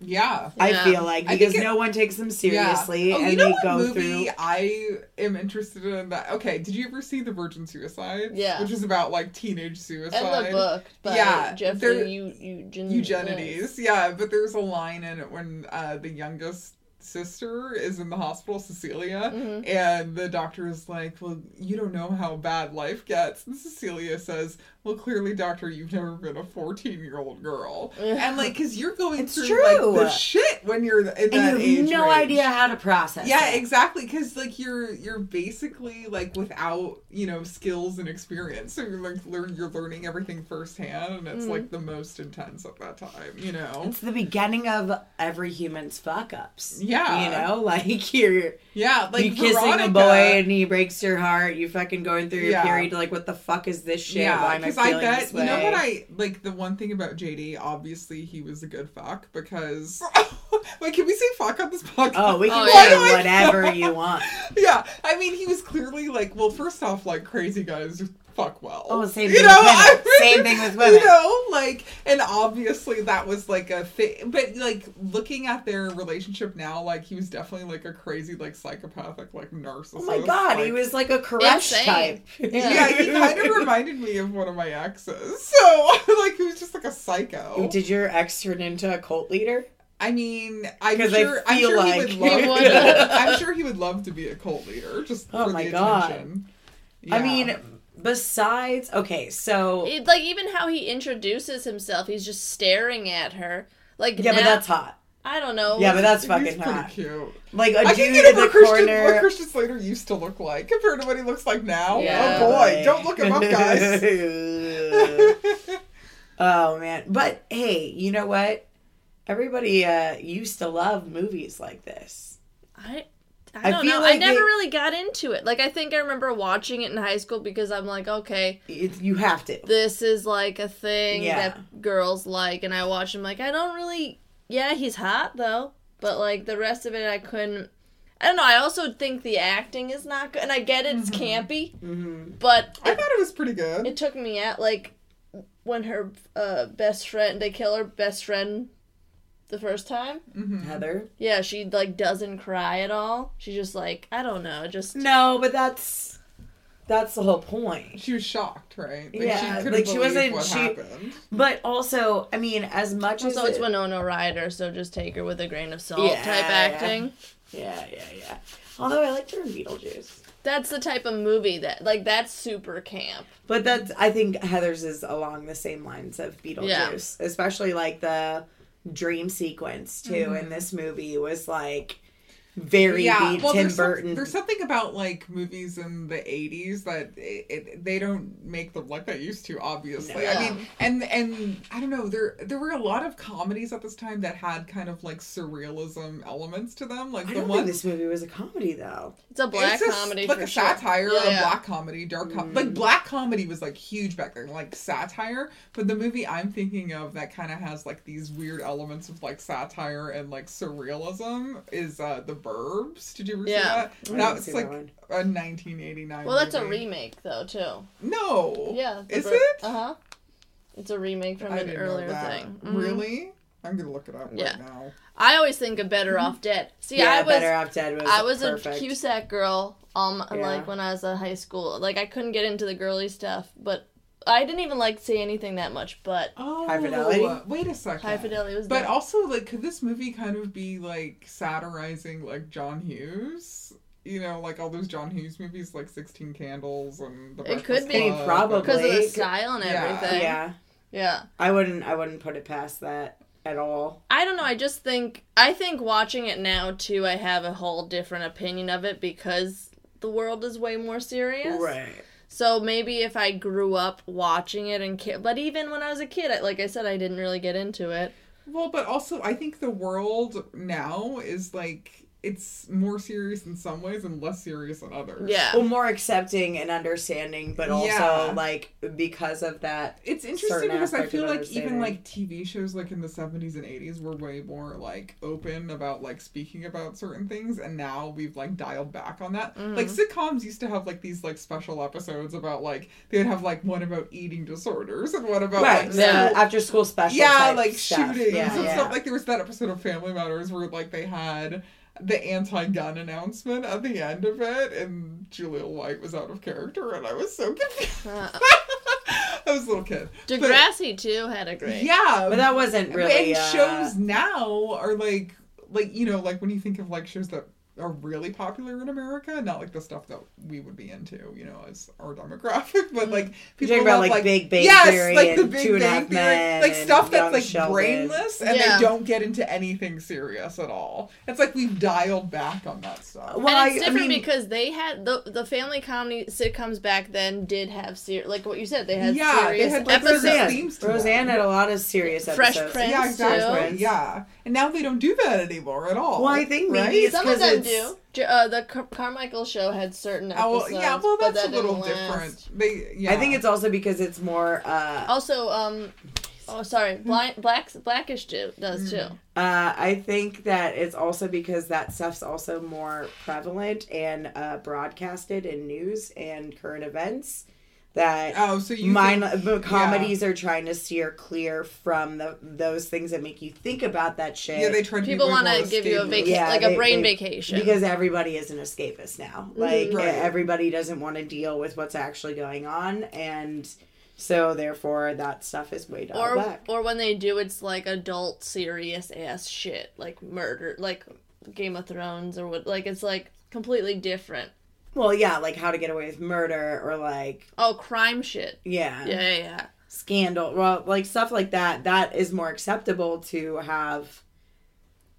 Speaker 4: yeah.
Speaker 3: I
Speaker 2: Yeah.
Speaker 3: feel like
Speaker 4: I think
Speaker 3: because
Speaker 4: it-
Speaker 3: no one takes them seriously,
Speaker 4: yeah. Oh,
Speaker 3: and
Speaker 4: you know
Speaker 3: they
Speaker 4: what
Speaker 3: go
Speaker 4: movie
Speaker 3: through.
Speaker 4: I am interested in that. Okay, did you ever see The Virgin Suicide?
Speaker 2: Yeah.
Speaker 4: which is about like teenage suicide.
Speaker 2: and the book by
Speaker 4: Yeah, they're-
Speaker 2: Jeffrey Eu-
Speaker 3: Mm,
Speaker 2: Eugen-
Speaker 4: Eugenides. Yeah, but there's a line in it when uh, the youngest sister is in the hospital, Cecilia,
Speaker 3: Mm-hmm.
Speaker 4: and the doctor is like, Well, you don't know how bad life gets. And Cecilia says, Well, clearly, doctor, you've never been a 14 year old girl. and like, because you're going
Speaker 3: It's
Speaker 4: through
Speaker 3: true.
Speaker 4: like the shit when you're in that
Speaker 3: And you have
Speaker 4: age
Speaker 3: no
Speaker 4: range.
Speaker 3: idea how to process.
Speaker 4: Yeah,
Speaker 3: it.
Speaker 4: exactly. Because like you're you're basically like without you know skills and experience, so you're like learn you're learning everything firsthand, and it's like the most intense at that time. You know.
Speaker 3: Mm. It's the beginning of every human's fuck ups.
Speaker 4: Yeah.
Speaker 3: you know, like you're
Speaker 4: Yeah, like
Speaker 3: you kissing a
Speaker 4: Veronica-
Speaker 3: boy and he breaks your heart. You fucking going through your
Speaker 4: Yeah.
Speaker 3: period. Like, what the fuck is this shit? Why
Speaker 4: Yeah,
Speaker 3: am I
Speaker 4: because
Speaker 3: feeling
Speaker 4: I, bet
Speaker 3: this
Speaker 4: you know
Speaker 3: way?
Speaker 4: what I like. The one thing about JD, obviously, he was a good fuck because. Wait, can we say fuck on this podcast?
Speaker 3: Oh, we can
Speaker 2: Oh,
Speaker 3: say
Speaker 4: yeah.
Speaker 3: whatever you want.
Speaker 4: yeah. I mean, he was clearly like, well, first off, like crazy guys fuck well.
Speaker 3: Oh, same thing with women. Same thing with women.
Speaker 4: You know, like, and obviously that was like a thing, but like looking at their relationship now, like he was definitely like a crazy, like psychopathic, like narcissist.
Speaker 3: Oh my god, he
Speaker 4: like-
Speaker 3: was like a crush
Speaker 2: Insane.
Speaker 3: type.
Speaker 4: Yeah, he kind of reminded me of one of my exes. So, like, he was just like a psycho.
Speaker 3: Did your ex turn into a cult leader?
Speaker 4: I mean, I'm
Speaker 3: 'Cause I
Speaker 4: sure, I am
Speaker 3: feel
Speaker 4: sure
Speaker 3: like-
Speaker 4: he would love.
Speaker 2: He would.
Speaker 4: I'm sure he would love to be a cult leader. Just
Speaker 3: Oh
Speaker 4: for
Speaker 3: my
Speaker 4: the
Speaker 3: God.
Speaker 4: attention.
Speaker 3: I
Speaker 4: Yeah.
Speaker 3: mean, besides, okay, so
Speaker 2: It- like even how he introduces himself he's just staring at her like
Speaker 3: yeah,
Speaker 2: now-
Speaker 3: but that's hot.
Speaker 2: I don't know
Speaker 3: Yeah, but that's
Speaker 4: He's
Speaker 3: fucking
Speaker 4: pretty
Speaker 3: hot.
Speaker 4: cute.
Speaker 3: Like a
Speaker 4: I can
Speaker 3: dude
Speaker 4: get
Speaker 3: in
Speaker 4: over
Speaker 3: the
Speaker 4: Christian, what
Speaker 3: corner.
Speaker 4: Christian Slater used to look like compared to what he looks like now.
Speaker 2: Yeah.
Speaker 4: oh boy, don't look him up, guys.
Speaker 3: guys. oh man, but hey, you know what? Everybody uh, used to love movies like this.
Speaker 2: I I
Speaker 3: I
Speaker 2: don't
Speaker 3: feel
Speaker 2: know. I
Speaker 3: like
Speaker 2: never
Speaker 3: it-
Speaker 2: really got into it. Like I think I remember watching it in high school because I'm like, okay,
Speaker 3: It, you have to.
Speaker 2: this is like a thing
Speaker 3: Yeah.
Speaker 2: that girls like, and I watch him like I don't really. Yeah, he's hot though, but like the rest of it, I couldn't. I don't know. I also think the acting is not good, and I get it's
Speaker 3: Mm-hmm.
Speaker 2: campy,
Speaker 3: Mhm.
Speaker 2: but
Speaker 4: I thought it was pretty good.
Speaker 2: it took me out like when her uh, best friend they kill her best friend the first time
Speaker 4: hmm
Speaker 3: Heather.
Speaker 2: yeah she like doesn't cry at all she just like i don't know just
Speaker 3: No, but that's that's the whole point.
Speaker 4: She was shocked, right? Like,
Speaker 3: Yeah,
Speaker 4: she couldn't
Speaker 3: like, she wasn't-
Speaker 4: believe what
Speaker 3: she-
Speaker 4: happened.
Speaker 3: But also, I mean, as much as
Speaker 2: also it's
Speaker 3: it-
Speaker 2: winona ryder so just take her with a grain of salt
Speaker 3: Yeah,
Speaker 2: type
Speaker 3: yeah.
Speaker 2: acting
Speaker 3: yeah, yeah, yeah. Although I liked her in Beetlejuice.
Speaker 2: that's the type of movie that like that's super camp
Speaker 3: But that's I think Heather's is along the same lines of Beetlejuice, especially like the dream sequence too
Speaker 4: Mm-hmm.
Speaker 3: in this movie was like very Be- Tim
Speaker 4: there's some-
Speaker 3: Burton.
Speaker 4: there's something about like movies in the '80s that it, it, they don't make them like they used to. Obviously,
Speaker 2: No.
Speaker 4: I mean, and and I don't know. There there were a lot of comedies at this time that had kind of like surrealism elements to them. Like
Speaker 3: I
Speaker 4: the
Speaker 3: don't
Speaker 4: one
Speaker 3: think this movie was a comedy though.
Speaker 2: it's a black
Speaker 4: it's just
Speaker 2: comedy
Speaker 4: like
Speaker 2: for
Speaker 4: a
Speaker 2: sure.
Speaker 4: satire
Speaker 2: Yeah, Mm.
Speaker 4: of
Speaker 2: yeah.
Speaker 4: black comedy, dark com- like black comedy was like huge back then, like satire. But the movie I'm thinking of that kind of has like these weird elements of like satire and like surrealism is uh The Burbs. Did you ever
Speaker 2: Yeah.
Speaker 4: see
Speaker 3: I
Speaker 4: that? That
Speaker 3: didn't
Speaker 4: was
Speaker 3: see
Speaker 4: like
Speaker 3: that one.
Speaker 4: a 1989.
Speaker 2: well that's a
Speaker 4: movie.
Speaker 2: remake though too
Speaker 4: No.
Speaker 2: yeah the
Speaker 4: Is
Speaker 2: ver-
Speaker 4: it?
Speaker 2: uh-huh it's a remake from
Speaker 4: I
Speaker 2: an
Speaker 4: didn't
Speaker 2: earlier
Speaker 4: know that.
Speaker 2: thing Mhm.
Speaker 4: Really? I'm gonna look it up
Speaker 2: Yeah.
Speaker 4: right now.
Speaker 2: i always think of
Speaker 4: Mm-hmm.
Speaker 2: better off dead see
Speaker 3: Yeah,
Speaker 2: i was
Speaker 3: Better Off Dead was
Speaker 2: I was
Speaker 3: perfect.
Speaker 2: a Cusack girl. Um,
Speaker 3: Yeah.
Speaker 2: like when I was in high school, like I couldn't get into the girly stuff, but I didn't even like say anything that much. But
Speaker 4: Oh,
Speaker 3: High Fidelity?
Speaker 4: Wait a second.
Speaker 2: High Fidelity was.
Speaker 4: But
Speaker 2: there.
Speaker 4: also, like, could this movie kind of be like satirizing like John Hughes? You know, like all those John Hughes movies, like Sixteen Candles and the
Speaker 2: It
Speaker 4: Breakfast
Speaker 2: could be.
Speaker 4: Club and-
Speaker 3: Probably.
Speaker 2: because of the
Speaker 3: Blake-
Speaker 2: style and
Speaker 4: Yeah.
Speaker 2: everything. Yeah.
Speaker 3: Yeah, I wouldn't. I wouldn't put it past that at all.
Speaker 2: I don't know. I just think I think watching it now too, I have a whole different opinion of it because the world is way more serious. So maybe if I grew up watching it and kid, but even when I was a kid, I, like I said, I didn't really get into it.
Speaker 4: Well, but also, I think the world now is like it's more serious in some ways and less serious in others.
Speaker 2: Yeah.
Speaker 3: Well, more accepting and understanding, but also
Speaker 4: Yeah.
Speaker 3: like because of that.
Speaker 4: It's interesting
Speaker 3: Certain
Speaker 4: because I
Speaker 3: aspect
Speaker 4: feel
Speaker 3: of
Speaker 4: like even
Speaker 3: understanding.
Speaker 4: like TV shows like in the 70s and 80s were way more like open about like speaking about certain things and now we've like dialed back on that.
Speaker 3: Mm-hmm.
Speaker 4: Like sitcoms used to have like these like special episodes about like they would have like one about eating disorders and one about
Speaker 3: Right,
Speaker 4: like
Speaker 3: so
Speaker 2: yeah.
Speaker 3: after school special.
Speaker 4: yeah,
Speaker 3: type
Speaker 4: like
Speaker 3: stuff.
Speaker 4: shootings
Speaker 3: Yeah,
Speaker 4: and
Speaker 3: yeah.
Speaker 4: stuff. Like there was that episode of Family Matters where like they had the anti-gun announcement at the end of it, and Julia White was out of character, and I was so confused.
Speaker 2: Uh,
Speaker 4: I was a little kid. But-
Speaker 2: Degrassi too had a great.
Speaker 4: yeah,
Speaker 3: But that wasn't really.
Speaker 4: and
Speaker 3: uh,
Speaker 4: shows now are like like you know like when you think of like shows that are really popular in America, not like the stuff that we would be into, you know, as our demographic, but like
Speaker 3: Mm-hmm.
Speaker 4: people
Speaker 3: talking about,
Speaker 4: love,
Speaker 3: like, Big Bang Theory and Two and a Half Men
Speaker 4: like
Speaker 3: and
Speaker 4: stuff
Speaker 3: Young
Speaker 4: that's like
Speaker 3: Sheldon.
Speaker 4: brainless and
Speaker 2: Yeah.
Speaker 4: they don't get into anything serious at all. It's like we've dialed back on that stuff.
Speaker 3: Well, I-
Speaker 2: and it's
Speaker 3: I
Speaker 2: different
Speaker 3: mean-
Speaker 2: because they had the the family comedy sitcoms back then did have ser- like what you said they had
Speaker 4: Yeah, they
Speaker 2: serious
Speaker 4: had, like,
Speaker 2: episodes.
Speaker 4: serious
Speaker 3: Roseanne.
Speaker 4: themes to
Speaker 3: Roseanne
Speaker 4: them.
Speaker 3: had a lot of serious
Speaker 2: Fresh
Speaker 3: episodes.
Speaker 2: Prince.
Speaker 4: yeah, exactly.
Speaker 3: too.
Speaker 4: Yeah, and now they don't do that anymore at all.
Speaker 3: Well, I think maybe
Speaker 4: right?
Speaker 3: it's
Speaker 2: Some
Speaker 3: 'cause
Speaker 2: of them
Speaker 3: it's-
Speaker 2: do. J- Uh, the Car- Carmichael show had certain
Speaker 4: Oh,
Speaker 2: episodes.
Speaker 4: well, yeah, well,
Speaker 2: but
Speaker 4: that's
Speaker 2: that
Speaker 4: a little
Speaker 2: didn't last.
Speaker 4: different. They, yeah,
Speaker 3: I think it's also because it's more. Uh,
Speaker 2: Also, um, oh sorry, blind, black blackish do, does too.
Speaker 3: Uh, I think that it's also because that stuff's also more prevalent and uh, broadcasted in news and current events that
Speaker 4: oh, so you
Speaker 3: mine
Speaker 4: think-
Speaker 3: but comedies are trying to steer clear from the, those things that make you think about that shit.
Speaker 4: Yeah, they try to be
Speaker 2: People
Speaker 4: way
Speaker 2: want
Speaker 4: more
Speaker 2: to give you a
Speaker 4: escapism.
Speaker 2: vaca-
Speaker 3: Yeah,
Speaker 2: like
Speaker 3: they-
Speaker 2: a brain
Speaker 3: they-
Speaker 2: vacation.
Speaker 3: because everybody is an escapist now.
Speaker 2: Mm-hmm.
Speaker 3: Like e,
Speaker 4: Right.
Speaker 3: everybody doesn't want to deal with what's actually going on, and so therefore that stuff is way down
Speaker 2: or
Speaker 3: back.
Speaker 2: or when they do, it's like adult serious ass shit, like murder, like Game of Thrones or what. Like it's like completely different.
Speaker 3: well, yeah, like how to get away with murder or like
Speaker 2: Oh, crime shit. Yeah, yeah, yeah.
Speaker 3: scandal well like stuff like that that is more acceptable to have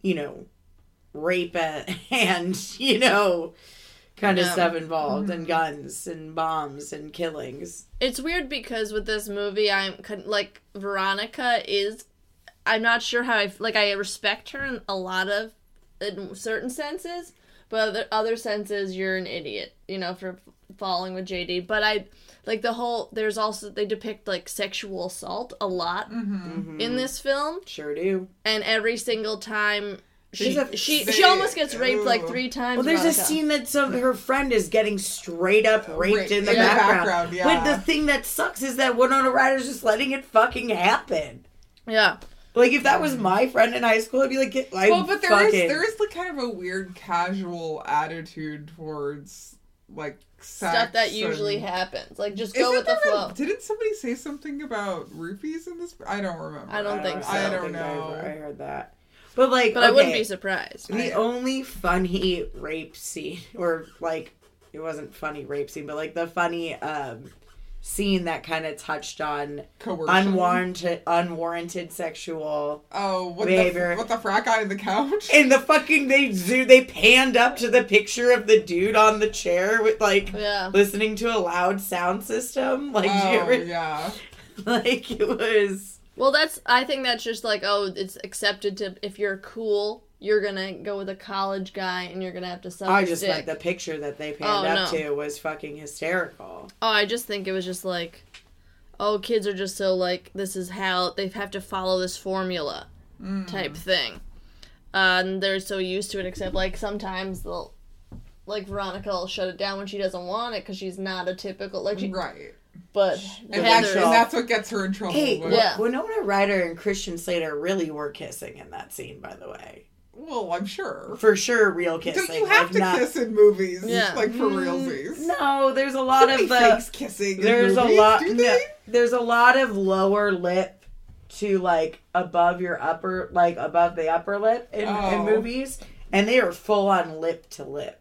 Speaker 3: you know rape a- and you know kind of
Speaker 2: Yeah. Mm-hmm.
Speaker 3: stuff involved and guns and bombs and killings
Speaker 2: It's weird because with this movie, I'm con- like Veronica is. I'm not sure how I f- like. I respect her in a lot of in certain senses, but other, other senses you're an idiot you know for f- falling with jd but i like the whole there's also they depict like sexual assault a lot
Speaker 4: Mm-hmm.
Speaker 3: Mm-hmm.
Speaker 2: in this film
Speaker 3: Sure do.
Speaker 2: and every single time she
Speaker 3: There's a-
Speaker 2: she,
Speaker 4: they-
Speaker 2: she almost gets raped like
Speaker 4: Ooh.
Speaker 2: three times
Speaker 3: Well, there's a
Speaker 2: Veronica.
Speaker 3: scene that some her friend is getting straight up raped
Speaker 4: Raped
Speaker 3: in the
Speaker 4: in the
Speaker 3: background.
Speaker 4: background, yeah.
Speaker 3: But the thing that sucks is that Winona Ryder's just letting it fucking happen.
Speaker 2: yeah
Speaker 3: Like if that was
Speaker 4: Mm.
Speaker 3: my friend in high school, I'd be like, get, like,
Speaker 4: well, but there is
Speaker 3: fucking,
Speaker 4: there is like kind of a weird casual attitude towards like sex
Speaker 2: stuff that
Speaker 4: and-
Speaker 2: usually happens like just
Speaker 4: Isn't
Speaker 2: go with the
Speaker 4: there a-
Speaker 2: flow
Speaker 4: didn't somebody say something about rupees in this? I don't remember.
Speaker 2: I don't think so.
Speaker 4: I don't
Speaker 3: think I
Speaker 4: know.
Speaker 3: ever- I heard that, but like,
Speaker 2: but i wouldn't
Speaker 3: okay,
Speaker 2: be surprised
Speaker 3: The only funny rape scene, or like, it wasn't funny rape scene, but like the funny um scene that kind of touched on
Speaker 4: Coercion.
Speaker 3: unwarranted, unwarranted sexual.
Speaker 4: Oh, what the
Speaker 3: Behavior.
Speaker 4: f- what the frack guy on the couch?
Speaker 3: And the fucking they zoo they panned up to the picture of the dude on the chair with like
Speaker 2: Yeah.
Speaker 3: listening to a loud sound system. Like, do you
Speaker 4: oh
Speaker 3: ever,
Speaker 4: yeah.
Speaker 3: like it was
Speaker 2: Well, that's. I think that's just like, oh, it's accepted to if you're cool, you're gonna go with a college guy, and you're gonna have to suck.
Speaker 3: I
Speaker 2: his
Speaker 3: just
Speaker 2: dick.
Speaker 3: like the picture that they
Speaker 2: Oh,
Speaker 3: panned up
Speaker 2: no.
Speaker 3: to was fucking hysterical.
Speaker 2: Oh, I just think it was just like, oh, kids are just so like this is how they have to follow this formula
Speaker 3: Mm.
Speaker 2: type thing, uh, and they're so used to it. Except like sometimes they'll, like Veronica will shut it down when she doesn't want it because she's not a typical like. She,
Speaker 4: Right.
Speaker 2: but
Speaker 4: And,
Speaker 3: Yeah,
Speaker 4: that,
Speaker 2: Heather,
Speaker 3: that's-
Speaker 4: and that's what gets her in trouble.
Speaker 3: Hey,
Speaker 4: with-
Speaker 2: yeah.
Speaker 3: Winona Ryder and Christian Slater really were kissing in that scene, by the way.
Speaker 4: Well, I'm sure.
Speaker 3: For sure, real kissing.
Speaker 4: Don't you have
Speaker 3: like,
Speaker 4: to
Speaker 3: not-
Speaker 4: kiss in movies?
Speaker 2: Yeah.
Speaker 4: Like for
Speaker 2: Mm,
Speaker 4: realsies.
Speaker 3: No, there's a lot
Speaker 4: Nobody
Speaker 3: of the.
Speaker 4: fakes kissing. in
Speaker 3: There's a
Speaker 4: movies,
Speaker 3: lot.
Speaker 4: Do
Speaker 3: no,
Speaker 4: they?
Speaker 3: there's a lot of lower lip to like above your upper, like above the upper lip in,
Speaker 4: Oh.
Speaker 3: in movies, and they are full on lip to lip.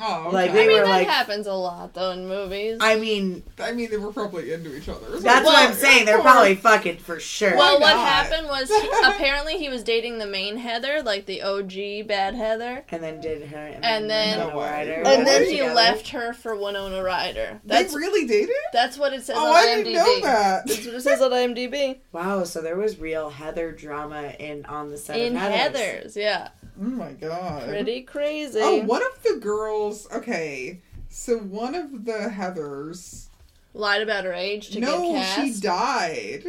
Speaker 4: Oh, okay.
Speaker 3: Like,
Speaker 2: I
Speaker 3: they
Speaker 2: mean
Speaker 3: were
Speaker 2: that
Speaker 3: like-
Speaker 2: happens a lot though in movies.
Speaker 3: I mean,
Speaker 4: I mean, they were probably into each other. So
Speaker 3: that's
Speaker 2: Well,
Speaker 3: what I'm saying. They're
Speaker 4: of course.
Speaker 3: probably fucking for sure.
Speaker 2: Well, what
Speaker 4: not?
Speaker 2: happened was he, apparently he was dating the main Heather, like the OG bad Heather,
Speaker 3: and then did her, and,
Speaker 2: And then-
Speaker 3: Winona
Speaker 4: No way.
Speaker 3: Ryder
Speaker 4: And
Speaker 3: got
Speaker 2: and then he
Speaker 3: together.
Speaker 2: left her for Winona Ryder.
Speaker 4: They
Speaker 2: That's
Speaker 4: really dated?
Speaker 2: that's what it says
Speaker 4: Oh,
Speaker 2: on
Speaker 4: I
Speaker 2: IMDb.
Speaker 4: didn't know that.
Speaker 2: That's what it says on IMDb.
Speaker 3: Wow, so there was real Heather drama in on the set
Speaker 2: In
Speaker 3: of Heather's.
Speaker 2: Heather's, yeah,
Speaker 4: Oh my god.
Speaker 2: pretty crazy.
Speaker 4: Oh, one of the girls. Okay, so one of the Heather's.
Speaker 2: Lied about her age to
Speaker 4: no,
Speaker 2: get cast
Speaker 4: she died.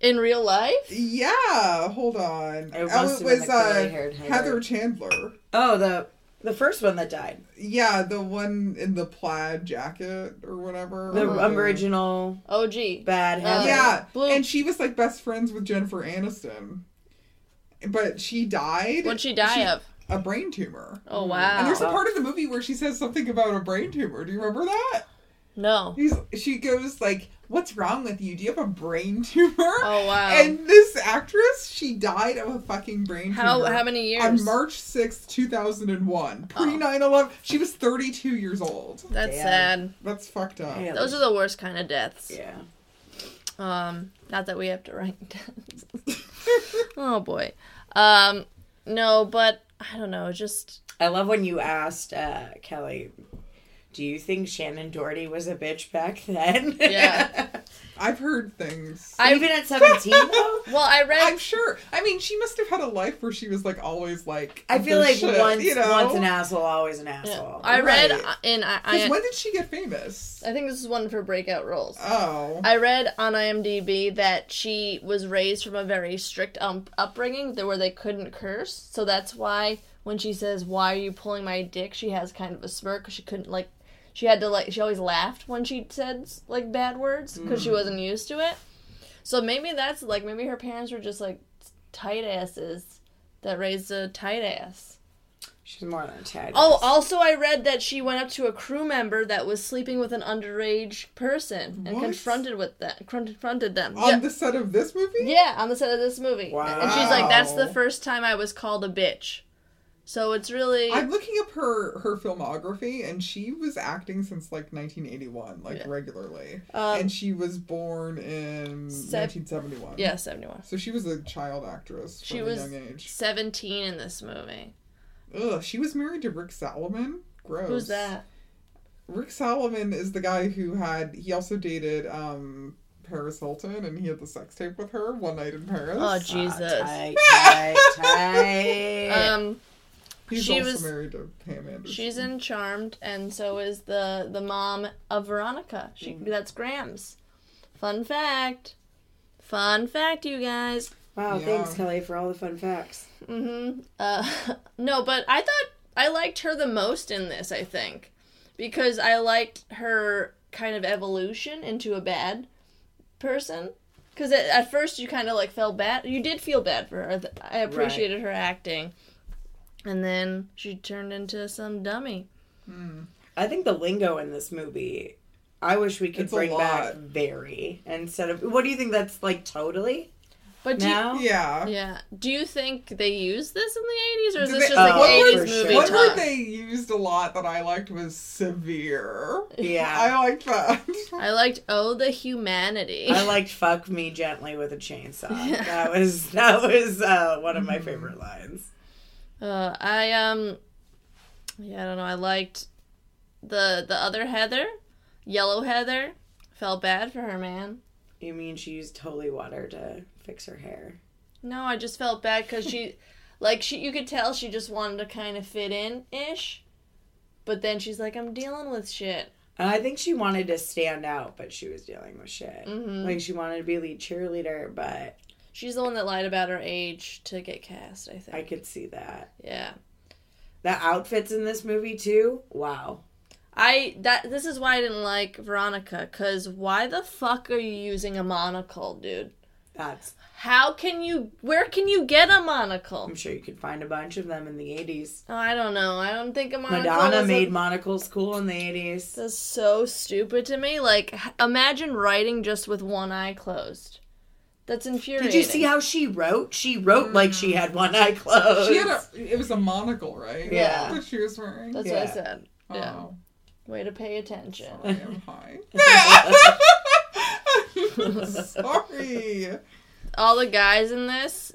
Speaker 2: in real life.
Speaker 4: Yeah, hold on.
Speaker 3: It must
Speaker 4: oh,
Speaker 3: have
Speaker 4: it
Speaker 3: been
Speaker 4: was
Speaker 3: the
Speaker 4: uh,
Speaker 3: curly-haired Heather.
Speaker 4: Heather Chandler.
Speaker 3: Oh, the the first one that died,
Speaker 4: Yeah, the one in the plaid jacket or whatever.
Speaker 3: the
Speaker 4: Or
Speaker 2: Uh-huh.
Speaker 3: original
Speaker 2: OG.
Speaker 3: bad
Speaker 2: Uh-huh.
Speaker 3: Heather.
Speaker 4: Yeah,
Speaker 2: Blue.
Speaker 4: and she was like best friends with Jennifer Aniston, but she died.
Speaker 2: What'd she die of?
Speaker 4: A brain tumor.
Speaker 2: Oh
Speaker 4: And
Speaker 2: wow.
Speaker 4: there's a part of the movie where she says something about a brain tumor. Do you remember that?
Speaker 2: no.
Speaker 4: He's, she goes like, "What's wrong with you? Do you have a brain tumor?"
Speaker 2: Oh wow.
Speaker 4: And this actress, she died of a fucking brain
Speaker 2: how
Speaker 4: tumor.
Speaker 2: how many years? Oh.
Speaker 4: On March 6th, 2001. Pre 9 11. She was 32 years old.
Speaker 2: That's
Speaker 3: Damn.
Speaker 2: sad.
Speaker 4: That's fucked up.
Speaker 3: Yeah.
Speaker 2: Those are the worst kind of deaths.
Speaker 3: yeah.
Speaker 2: Um, not that we have to rank down. oh boy. Um, no, but I don't know. Just
Speaker 3: I love when you asked uh, Kelly, "Do you think Shannon Doherty was a bitch back then?"
Speaker 2: Yeah.
Speaker 4: I've heard things.
Speaker 2: I-
Speaker 3: even at seventeen though.
Speaker 2: well, I read.
Speaker 4: I'm sure. I mean, she must have had a life where she was like always like.
Speaker 3: I feel
Speaker 4: the
Speaker 3: like
Speaker 4: shit,
Speaker 3: once
Speaker 4: you know?
Speaker 3: once an asshole, always an
Speaker 2: yeah,
Speaker 3: asshole.
Speaker 2: I read
Speaker 4: Right.
Speaker 2: in I.
Speaker 4: Because
Speaker 2: I, Uh,
Speaker 4: when did she get famous?
Speaker 2: I think this is one of her breakout roles.
Speaker 4: Oh.
Speaker 2: I read on IMDb that she was raised from a very strict um, upbringing that- where they couldn't curse. So that's why when she says, "Why are you pulling my dick?" she has kind of a smirk 'cause she couldn't like. She had to like. She always laughed when she said like bad words because she wasn't used to it. So maybe that's like maybe her parents were just like tight asses that raised a tight ass.
Speaker 3: She's more than a tad.
Speaker 2: Oh, also I read that she went up to a crew member that was sleeping with an underage person and
Speaker 4: What?
Speaker 2: confronted with that confronted them.
Speaker 4: On
Speaker 2: yeah.
Speaker 4: the set of this movie?
Speaker 2: yeah, on the set of this movie.
Speaker 3: Wow.
Speaker 2: And she's like, "That's the
Speaker 4: Wow.
Speaker 2: first time I was called a bitch." So it's really
Speaker 4: I'm looking up her her filmography, and she was acting since like 1981, like regularly.
Speaker 2: Um,
Speaker 4: and she was born in
Speaker 2: Sep-
Speaker 4: 1971.
Speaker 2: yeah, seventy-one.
Speaker 4: So she was a child actress
Speaker 2: She
Speaker 4: from
Speaker 2: was
Speaker 4: a young age.
Speaker 2: seventeen in this movie.
Speaker 4: Ugh, she was married to Rick Solomon. Gross.
Speaker 2: Who's that?
Speaker 4: Rick Solomon is the guy who had. He also dated um Paris Hilton, and he had the sex tape with her one night in Paris.
Speaker 2: Oh Jesus.
Speaker 4: Uh,
Speaker 3: Tight, tight, tight.
Speaker 2: Um,
Speaker 4: He's
Speaker 2: She
Speaker 4: also
Speaker 2: was-
Speaker 4: married to Pam Anderson.
Speaker 2: She's in Charmed, and so is the the mom of Veronica. She
Speaker 4: Mm.
Speaker 2: that's Grams. Fun fact. Fun fact, you guys.
Speaker 3: Wow,
Speaker 4: Yeah.
Speaker 3: thanks, Kelly, for all the fun facts.
Speaker 2: Mm-hmm. Uh, no, but I thought I liked her the most in this. I think because I liked her kind of evolution into a bad person. Because at, at first you kind of like felt bad. You did feel bad for her. I appreciated her acting, and then she turned into some dummy.
Speaker 3: I think the lingo in this movie, I wish we could
Speaker 4: It's a
Speaker 3: bring back
Speaker 4: lot.
Speaker 3: very instead of. What do you think that's like totally
Speaker 2: But do you-
Speaker 3: now?
Speaker 4: Yeah.
Speaker 2: Yeah. Do you think they used this in the 80s or is
Speaker 4: Did
Speaker 2: this
Speaker 4: they-
Speaker 2: just
Speaker 4: uh,
Speaker 3: Oh,
Speaker 2: like
Speaker 3: what
Speaker 2: 80s
Speaker 3: word-
Speaker 2: movie
Speaker 3: Big
Speaker 4: What
Speaker 2: talk?
Speaker 4: word they used a lot that I liked was severe.
Speaker 3: Yeah.
Speaker 4: I liked that.
Speaker 2: I liked Oh the Humanity.
Speaker 3: I liked "fuck me gently with a chainsaw." That was that was uh, one of my favorite lines.
Speaker 2: uh, I um yeah, I don't know. I liked the the other Heather, Yellow Heather. Felt bad for her, man.
Speaker 3: You mean she used holy water to fix her hair?
Speaker 2: No, I just felt bad cuz she like she you could tell she just wanted to kind of fit in ish. But then she's like I'm dealing with shit.
Speaker 3: And I think she wanted to stand out, but she was dealing with shit.
Speaker 2: Mhm.
Speaker 3: Like she wanted to be lead cheerleader, but
Speaker 2: She's the one that lied about her age to get cast, I think.
Speaker 3: I could see that.
Speaker 2: yeah.
Speaker 3: The outfits in this movie too. Wow.
Speaker 2: I that this is why I didn't like Veronica cuz why the fuck are you using a monocle, dude?
Speaker 3: That's
Speaker 2: How can you where can you get a monocle?
Speaker 3: I'm sure you could find a bunch of them in the 80s.
Speaker 2: Oh, I don't know. I don't think a monocle
Speaker 3: Madonna
Speaker 2: is
Speaker 3: made
Speaker 2: a,
Speaker 3: monocles cool in the 80s.
Speaker 2: that's so stupid to me. Like h- imagine writing just with one eye closed. That's infuriating.
Speaker 3: Did you see how she wrote? She wrote like she had one eye closed.
Speaker 4: She had a. It was a monocle, right?
Speaker 3: Yeah.
Speaker 4: That she was wearing.
Speaker 2: That's what I
Speaker 3: Yeah.
Speaker 2: said. Yeah.
Speaker 4: Oh,
Speaker 2: Way to pay attention.
Speaker 4: I am high. Sorry.
Speaker 2: All the guys in this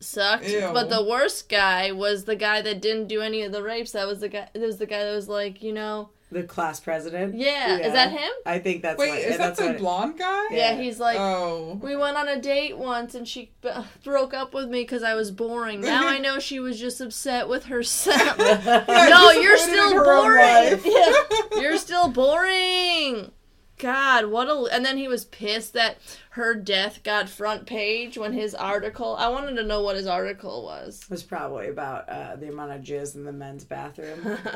Speaker 2: sucked,
Speaker 4: Ew.
Speaker 2: but the worst guy was the guy that didn't do any of the rapes. That was the guy. That was the guy that was like, you know,
Speaker 3: The class president.
Speaker 2: yeah. Is that him?
Speaker 3: I think that's
Speaker 4: Wait,
Speaker 3: what,
Speaker 4: is that
Speaker 3: that's
Speaker 4: the
Speaker 3: what-
Speaker 4: blonde guy?
Speaker 2: Yeah,
Speaker 3: Yeah.
Speaker 2: he's like,
Speaker 4: oh.
Speaker 2: we went on a date once and she b- broke up with me because I was boring. Now I know she was just upset with herself.
Speaker 4: Yeah,
Speaker 2: no,
Speaker 4: disappointed
Speaker 2: you're
Speaker 4: in
Speaker 2: still
Speaker 4: her own
Speaker 2: boring.
Speaker 4: life.
Speaker 2: Yeah, you're still boring. God, what a. And then he was pissed that her death got front page when his article. I wanted to know what his article was.
Speaker 3: was probably about uh, the amount of jizz in the men's bathroom.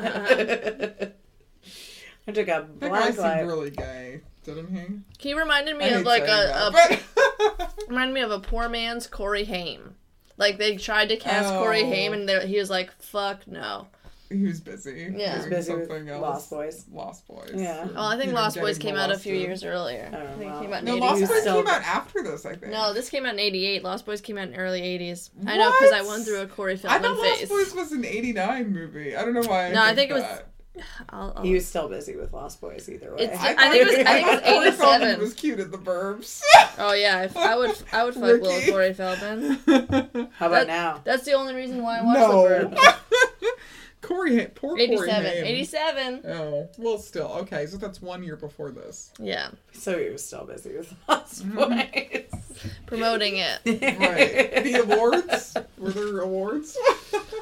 Speaker 3: I took a
Speaker 4: That guy
Speaker 3: black
Speaker 4: seemed
Speaker 3: light.
Speaker 4: really gay, didn't he?
Speaker 2: He reminded me
Speaker 4: I
Speaker 2: of
Speaker 4: hate
Speaker 2: like
Speaker 4: saying
Speaker 2: a, a
Speaker 4: that, but-
Speaker 2: reminded me of a poor man's Corey Haim. Like they tried to cast Corey
Speaker 4: Oh.
Speaker 2: Haim, and there- he was like, "Fuck no."
Speaker 4: he was busy.
Speaker 2: Yeah. He was
Speaker 4: doing
Speaker 3: busy with
Speaker 4: something else.
Speaker 3: Lost Boys.
Speaker 4: Lost Boys.
Speaker 3: Yeah.
Speaker 2: Oh, I think
Speaker 4: You're
Speaker 2: Lost Boys came
Speaker 4: getting
Speaker 2: out a few years
Speaker 4: molested.
Speaker 2: earlier.
Speaker 3: Oh,
Speaker 2: I think it
Speaker 3: wow.
Speaker 2: came out in
Speaker 4: No,
Speaker 2: 80s.
Speaker 4: Lost Boys
Speaker 3: still-
Speaker 4: came out after this, I think.
Speaker 2: No, this came out in '88. Lost Boys came out in early '80s. I know because I went through a Corey
Speaker 4: I
Speaker 2: Feldman
Speaker 4: thought
Speaker 2: phase.
Speaker 4: Lost Boys was an '89 movie. I don't know why. I
Speaker 2: No, I
Speaker 4: think
Speaker 2: think it was-
Speaker 4: that.
Speaker 2: I'll, I'll-
Speaker 3: He was still busy with Lost Boys either way.
Speaker 2: It's
Speaker 4: I,
Speaker 2: I think it was- I think it was
Speaker 4: thought Corey Feldman
Speaker 2: 87.
Speaker 4: Was cute in the Burbs.
Speaker 2: Oh yeah, if I would. I would fuck
Speaker 4: Ricky.
Speaker 2: little Corey Feldman.
Speaker 3: How about
Speaker 2: that-
Speaker 3: now?
Speaker 2: That's the only reason why I watched the
Speaker 4: no.
Speaker 2: bird.
Speaker 4: Corey, Ha- poor Corey.
Speaker 2: 87.
Speaker 4: Haim.
Speaker 2: 87.
Speaker 4: Oh, well, still okay. So that's one year before this,
Speaker 2: Yeah,
Speaker 3: So he was still busy with Lost
Speaker 4: Mm-hmm.
Speaker 3: Boys.
Speaker 2: promoting it.
Speaker 4: right? the awards were there awards?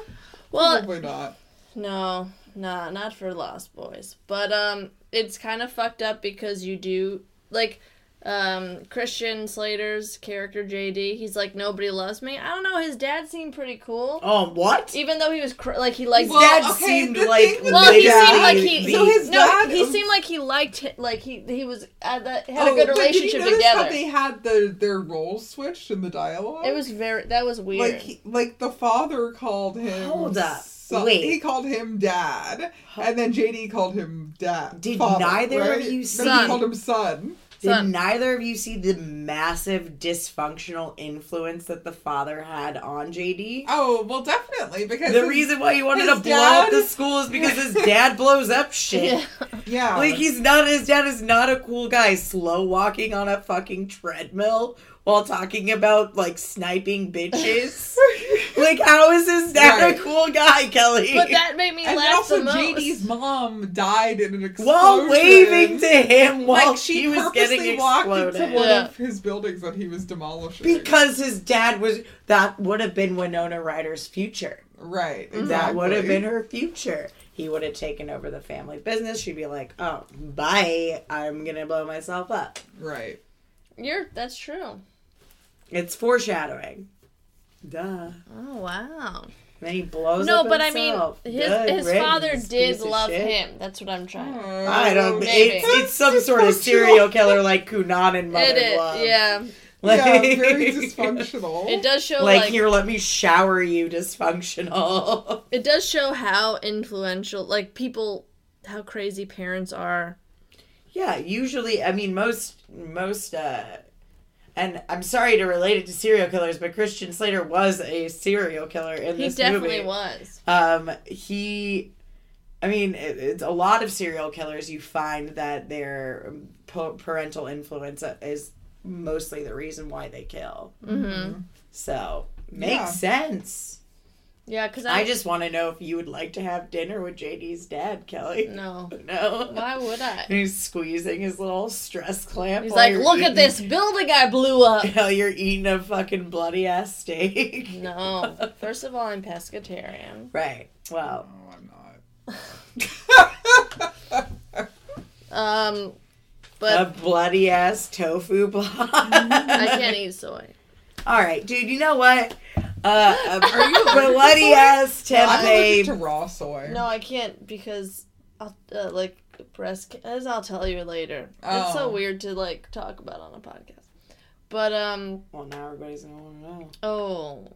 Speaker 2: Well,
Speaker 4: Probably not.
Speaker 2: no, nah, not for Lost Boys. But um, it's kind of fucked up because you do like. Um, Christian Slater's character JD, he's like nobody loves me. I don't know. His dad seemed pretty cool,
Speaker 3: Oh, what?
Speaker 2: even though he was cr- like he liked
Speaker 4: Well,
Speaker 3: Dad
Speaker 4: okay,
Speaker 3: seemed
Speaker 4: the
Speaker 3: like
Speaker 4: thing with-
Speaker 2: Well, he
Speaker 3: literally
Speaker 2: seemed like
Speaker 3: the-
Speaker 2: he.
Speaker 4: So his
Speaker 2: no,
Speaker 4: dad-
Speaker 2: he seemed like he liked it. Like he he was had that had
Speaker 4: Oh,
Speaker 2: a good
Speaker 4: but
Speaker 2: relationship
Speaker 4: did you notice
Speaker 2: together.
Speaker 4: How they had the their roles switched in the dialogue.
Speaker 2: It was very that was weird.
Speaker 4: like he, like the father called him.
Speaker 3: Hold up.
Speaker 4: son-
Speaker 3: uh, Wait.
Speaker 4: he called him dad, and then JD called him dad.
Speaker 3: Did
Speaker 4: father,
Speaker 3: neither of
Speaker 4: right?
Speaker 3: you
Speaker 4: No, he
Speaker 2: see-
Speaker 4: called him son.
Speaker 3: Did
Speaker 2: Son.
Speaker 3: neither of you see the massive dysfunctional influence that the father had on JD?
Speaker 4: Oh well, definitely because
Speaker 3: The
Speaker 4: his-
Speaker 3: reason why he wanted
Speaker 4: his
Speaker 3: to blow up
Speaker 4: dad-
Speaker 3: the school is because his dad blows up shit.
Speaker 2: yeah.
Speaker 4: yeah,
Speaker 3: Like he's not his dad is not a cool guy. Slow walking on a fucking treadmill while talking about like sniping bitches. like how is his dad
Speaker 4: Right.
Speaker 3: a cool guy, Kelly?
Speaker 2: But that made me
Speaker 4: and then
Speaker 2: laugh
Speaker 4: also
Speaker 2: the most.
Speaker 4: JD's mom died in an explosion
Speaker 3: while waving to him while
Speaker 4: like she
Speaker 3: he was
Speaker 4: purposely
Speaker 3: getting
Speaker 4: walked
Speaker 3: exploded.
Speaker 4: into one
Speaker 2: Yeah.
Speaker 4: of his buildings that he was demolishing
Speaker 3: Because his dad was that would have been Winona Ryder's future.
Speaker 4: Right. Exactly.
Speaker 3: Mm-hmm. That would have been her future. He would have taken over the family business. She'd be like, "Oh, bye. I'm gonna blow myself up."
Speaker 4: Right.
Speaker 2: You're that's true.
Speaker 3: It's foreshadowing. Duh.
Speaker 2: Oh wow.
Speaker 3: Then he blows
Speaker 2: no,
Speaker 3: up
Speaker 2: but
Speaker 3: himself.
Speaker 2: I mean, his
Speaker 3: Good
Speaker 2: his
Speaker 3: riddance,
Speaker 2: father did
Speaker 3: piece of
Speaker 2: love
Speaker 3: shit.
Speaker 2: him. That's what I'm trying.
Speaker 4: Hmm.
Speaker 2: to
Speaker 3: I
Speaker 4: Oh,
Speaker 3: don't.
Speaker 2: Maybe.
Speaker 3: It's, it's some sort of serial killer like Kunan and Mother
Speaker 2: It is,
Speaker 3: Love.
Speaker 2: yeah.
Speaker 3: Like,
Speaker 4: yeah, very dysfunctional.
Speaker 2: It does show
Speaker 3: Like,
Speaker 2: like,
Speaker 3: here, let me shower you, dysfunctional.
Speaker 2: it does show how influential like people how crazy parents are.
Speaker 3: yeah, usually, I mean, most most. uh and I'm sorry to relate it to serial killers, but Christian Slater was a serial killer in
Speaker 2: He
Speaker 3: this
Speaker 2: definitely
Speaker 3: movie.
Speaker 2: was.
Speaker 3: Um, he, I mean, it, it's a lot of serial killers. You find that their pa- parental influence uh, is mostly the reason why they kill.
Speaker 2: Mm-hmm.
Speaker 3: So makes
Speaker 4: Yeah.
Speaker 3: sense.
Speaker 2: Yeah, because I,
Speaker 3: I just want to know if you would like to have dinner with JD's dad, Kelly.
Speaker 2: no.
Speaker 3: No.
Speaker 2: Why would I?
Speaker 3: And he's squeezing his little stress clamp.
Speaker 2: He's
Speaker 3: while
Speaker 2: like,
Speaker 3: you're
Speaker 2: look
Speaker 3: eating-
Speaker 2: at this building I blew up.
Speaker 3: While you're eating a fucking bloody ass steak.
Speaker 2: No. First of all, I'm pescatarian.
Speaker 3: Right.
Speaker 4: No,
Speaker 3: Well.
Speaker 4: Oh, I'm not.
Speaker 2: Um, but
Speaker 3: a bloody ass tofu block.
Speaker 2: I can't eat soy.
Speaker 3: All right, dude. You know what? Uh, a bloody ass
Speaker 4: I'm allergic to
Speaker 3: tempeh.
Speaker 4: raw soy.
Speaker 2: No, I can't because I'll, uh, like breast ca- as I'll tell you later. It's so
Speaker 4: Oh.
Speaker 2: weird to like talk about on a podcast. But um
Speaker 3: Well, now everybody's gonna want to know.
Speaker 2: oh,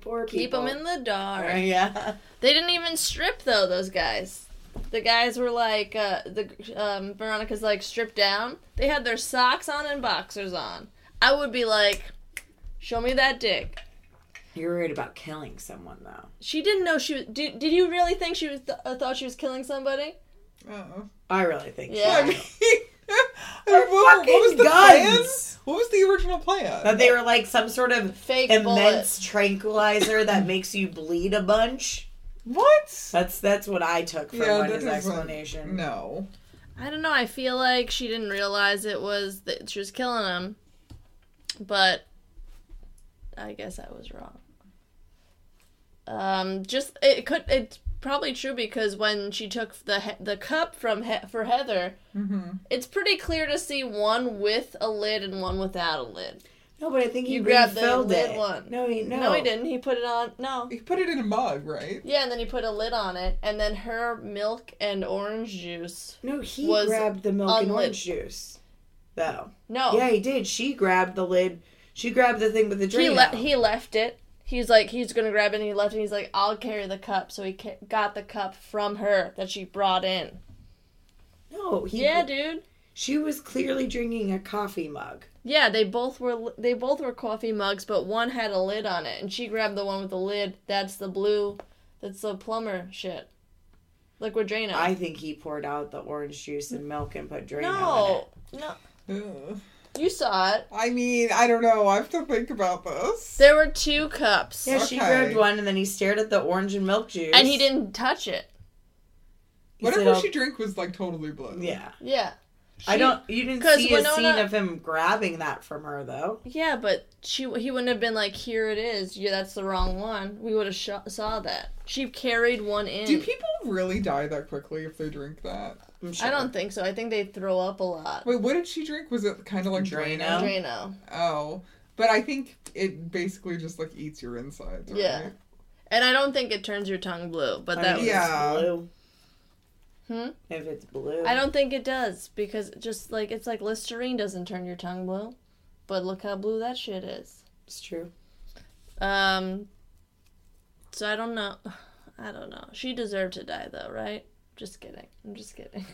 Speaker 3: Poor
Speaker 2: keep them in the dark.
Speaker 3: Right, yeah.
Speaker 2: They didn't even strip though. Those guys. The guys were like uh, the um, Veronica's like stripped down. They had their socks on and boxers on. I would be like, show me that dick.
Speaker 3: You're worried about killing someone, though.
Speaker 2: She didn't know she was. Did, did you really think she was th- uh, thought she was killing somebody?
Speaker 4: Uh-uh.
Speaker 3: I really think.
Speaker 2: Yeah.
Speaker 4: I
Speaker 3: so.
Speaker 4: mean,
Speaker 3: They're
Speaker 4: what, what was
Speaker 3: fucking
Speaker 4: the plan?
Speaker 3: guns.
Speaker 4: What was the original plan?
Speaker 3: That they were like some sort of
Speaker 2: Fake
Speaker 3: immense tranquilizer that makes you bleed a bunch.
Speaker 4: what?
Speaker 3: That's that's what I took from
Speaker 4: Yeah,
Speaker 3: one
Speaker 4: that
Speaker 3: his
Speaker 4: doesn't-
Speaker 3: explanation.
Speaker 4: No.
Speaker 2: bullet. I don't know. I feel like she didn't realize it was that she was killing him. But I guess I was wrong. Um, just it could it's probably true because when she took the he- the cup from he- for Heather,
Speaker 4: Mm-hmm.
Speaker 2: it's pretty clear to see one with a lid and one without a lid.
Speaker 3: No, but I think he
Speaker 2: You grabbed the
Speaker 3: refilled
Speaker 2: lid
Speaker 3: it.
Speaker 2: one.
Speaker 3: No, he no.
Speaker 2: No, he didn't. He put it on. No.
Speaker 4: He put it in a mug, right?
Speaker 2: Yeah, and then he put a lid on it, and then her milk and orange juice.
Speaker 3: No, he
Speaker 2: was
Speaker 3: grabbed the milk and
Speaker 2: unlit.
Speaker 3: orange juice. Though.
Speaker 2: No.
Speaker 3: Yeah, he did. She grabbed the lid. She grabbed the thing with the drink.
Speaker 2: he left. He left it. He's like, he's gonna grab it, and he left, it, and he's like, I'll carry the cup. So he ca- got the cup from her that she brought in.
Speaker 3: no, he,
Speaker 2: Yeah, dude.
Speaker 3: She was clearly drinking a coffee mug.
Speaker 2: Yeah, they both were li- they both were coffee mugs, but one had a lid on it, and she grabbed the one with the lid. That's the blue. That's the plumber shit. Liquid Drano.
Speaker 3: I think he poured out the orange juice and milk and put drink in it.
Speaker 2: no, no.
Speaker 4: Ugh.
Speaker 2: You saw it.
Speaker 4: I mean, I don't know. I have to think about this.
Speaker 2: There were two cups,
Speaker 3: Yeah, she
Speaker 4: Okay.
Speaker 3: grabbed one and then he stared at the orange and milk juice.
Speaker 2: and he didn't touch it.
Speaker 3: He said,
Speaker 4: Whatever
Speaker 3: "Oh,
Speaker 4: she drank was like totally blue.
Speaker 3: Yeah.
Speaker 2: Yeah.
Speaker 3: I
Speaker 2: She-
Speaker 3: don't you didn't
Speaker 2: 'cause
Speaker 3: see a
Speaker 2: Winona-
Speaker 3: scene of him grabbing that from her though.
Speaker 2: Yeah, but she he wouldn't have been like, "Here it is. Yeah, that's the wrong one." We would have sh- saw that. She carried one in.
Speaker 4: Do people really die that quickly if they drink that?
Speaker 3: I'm sure.
Speaker 2: I don't think so. I think they throw up a lot.
Speaker 4: Wait, what did she drink? Was it kind of like
Speaker 3: Drano.
Speaker 4: Drano?
Speaker 2: Drano.
Speaker 4: Oh, but I think it basically just like eats your insides. Right?
Speaker 2: Yeah. And I don't think it turns your tongue blue, but
Speaker 3: I
Speaker 2: that
Speaker 3: mean,
Speaker 2: was,
Speaker 3: if it's
Speaker 4: Yeah.
Speaker 3: blue.
Speaker 2: Hmm?
Speaker 3: If it's blue.
Speaker 2: I don't think it does because it just like it's like Listerine doesn't turn your tongue blue, but look how blue that shit is.
Speaker 3: it's true.
Speaker 2: Um so I don't know. I don't know. She deserved to die though, right? Just kidding. I'm just kidding.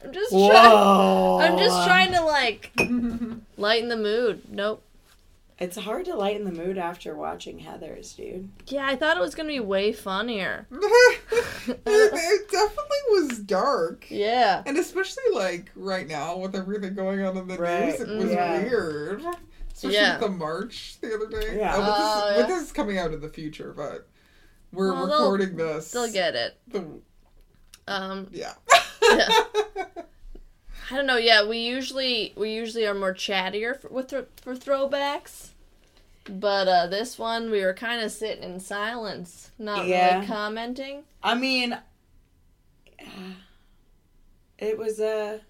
Speaker 2: I'm just trying
Speaker 3: Whoa.
Speaker 4: Oh,
Speaker 2: I'm
Speaker 4: uh,
Speaker 2: just trying to like lighten the mood. Nope.
Speaker 3: It's hard to lighten the mood after watching Heather's, dude.
Speaker 2: Yeah, I thought it was gonna be way funnier.
Speaker 4: it, it definitely was dark.
Speaker 2: Yeah.
Speaker 4: And especially like right now with everything going on in the
Speaker 3: Right.
Speaker 4: news, it was
Speaker 3: Yeah.
Speaker 4: weird. Especially
Speaker 2: Yeah.
Speaker 4: with the march the other day.
Speaker 3: Yeah.
Speaker 4: Oh, but
Speaker 2: Oh,
Speaker 4: this,
Speaker 2: yeah.
Speaker 4: but this is coming out in the future, but we're
Speaker 2: Well, they'll-
Speaker 4: recording this.
Speaker 2: They'll get it.
Speaker 4: the-
Speaker 2: Um
Speaker 4: yeah.
Speaker 2: Yeah. I don't know. Yeah, we usually we usually are more chattier for, with thro- for throwbacks. But uh, this one, we were kind of sitting in silence, not
Speaker 3: Yeah.
Speaker 2: really commenting.
Speaker 3: I mean, it was a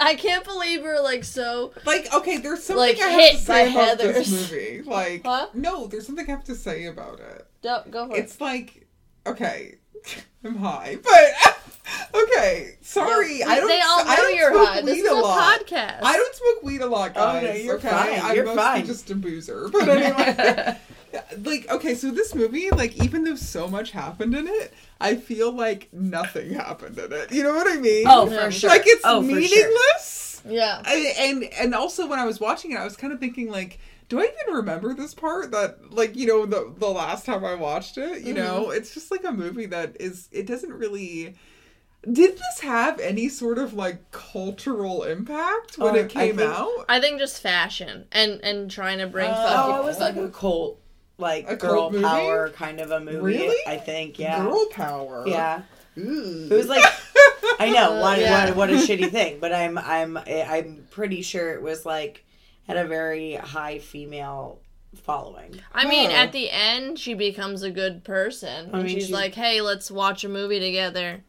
Speaker 2: I can't believe we're like so.
Speaker 4: Like, okay, there's something
Speaker 2: Like,
Speaker 4: I have to
Speaker 2: hit by
Speaker 4: say about this
Speaker 2: Heathers.
Speaker 4: movie. Like,
Speaker 2: Huh?
Speaker 4: no, there's something I have to say about it.
Speaker 2: Don't, go for it.
Speaker 4: It's like, okay, I'm high, but okay. Sorry, I don't.
Speaker 2: They all know
Speaker 4: I don't
Speaker 2: you're
Speaker 4: smoke
Speaker 2: high. This
Speaker 4: weed
Speaker 2: is a
Speaker 4: lot.
Speaker 2: podcast.
Speaker 4: I don't smoke weed a lot,
Speaker 3: Oh, no,
Speaker 4: guys.
Speaker 3: you're
Speaker 4: okay,
Speaker 3: fine,
Speaker 4: I'm
Speaker 3: you're
Speaker 4: mostly
Speaker 3: fine.
Speaker 4: just a boozer. But anyway, like, okay, so this movie, like, even though so much happened in it, I feel like nothing happened in it. You know what I mean?
Speaker 3: oh
Speaker 2: Yeah.
Speaker 3: for sure.
Speaker 4: like it's
Speaker 3: oh, for sure.
Speaker 4: meaningless.
Speaker 2: Yeah.
Speaker 4: I, and and also when I was watching it, I was kind of thinking like, do I even remember this part? That like you know the the last time I watched it, you know,
Speaker 3: Mm-hmm.
Speaker 4: it's just like a movie that is it doesn't really. Did this have any sort of like cultural impact when
Speaker 3: Oh,
Speaker 4: it
Speaker 3: I
Speaker 4: came
Speaker 3: think-
Speaker 4: out?
Speaker 2: I think just fashion and and trying to
Speaker 4: Uh,
Speaker 2: bring
Speaker 3: Oh,
Speaker 2: fucking.
Speaker 3: it was like a cult, like
Speaker 4: A
Speaker 3: girl
Speaker 4: cult movie?
Speaker 3: power kind of a movie.
Speaker 4: Really?
Speaker 3: I think. Yeah.
Speaker 4: Girl power.
Speaker 3: Yeah.
Speaker 4: Ooh.
Speaker 3: It was like I know
Speaker 2: Uh,
Speaker 3: what,
Speaker 2: yeah.
Speaker 3: what what a shitty thing, but I'm I'm I'm pretty sure it was like had a very high female following.
Speaker 2: I mean,
Speaker 4: Oh.
Speaker 2: at the end, she becomes a good person.
Speaker 3: I
Speaker 2: and
Speaker 3: mean,
Speaker 2: she's
Speaker 3: she-
Speaker 2: like, hey, let's watch a movie together.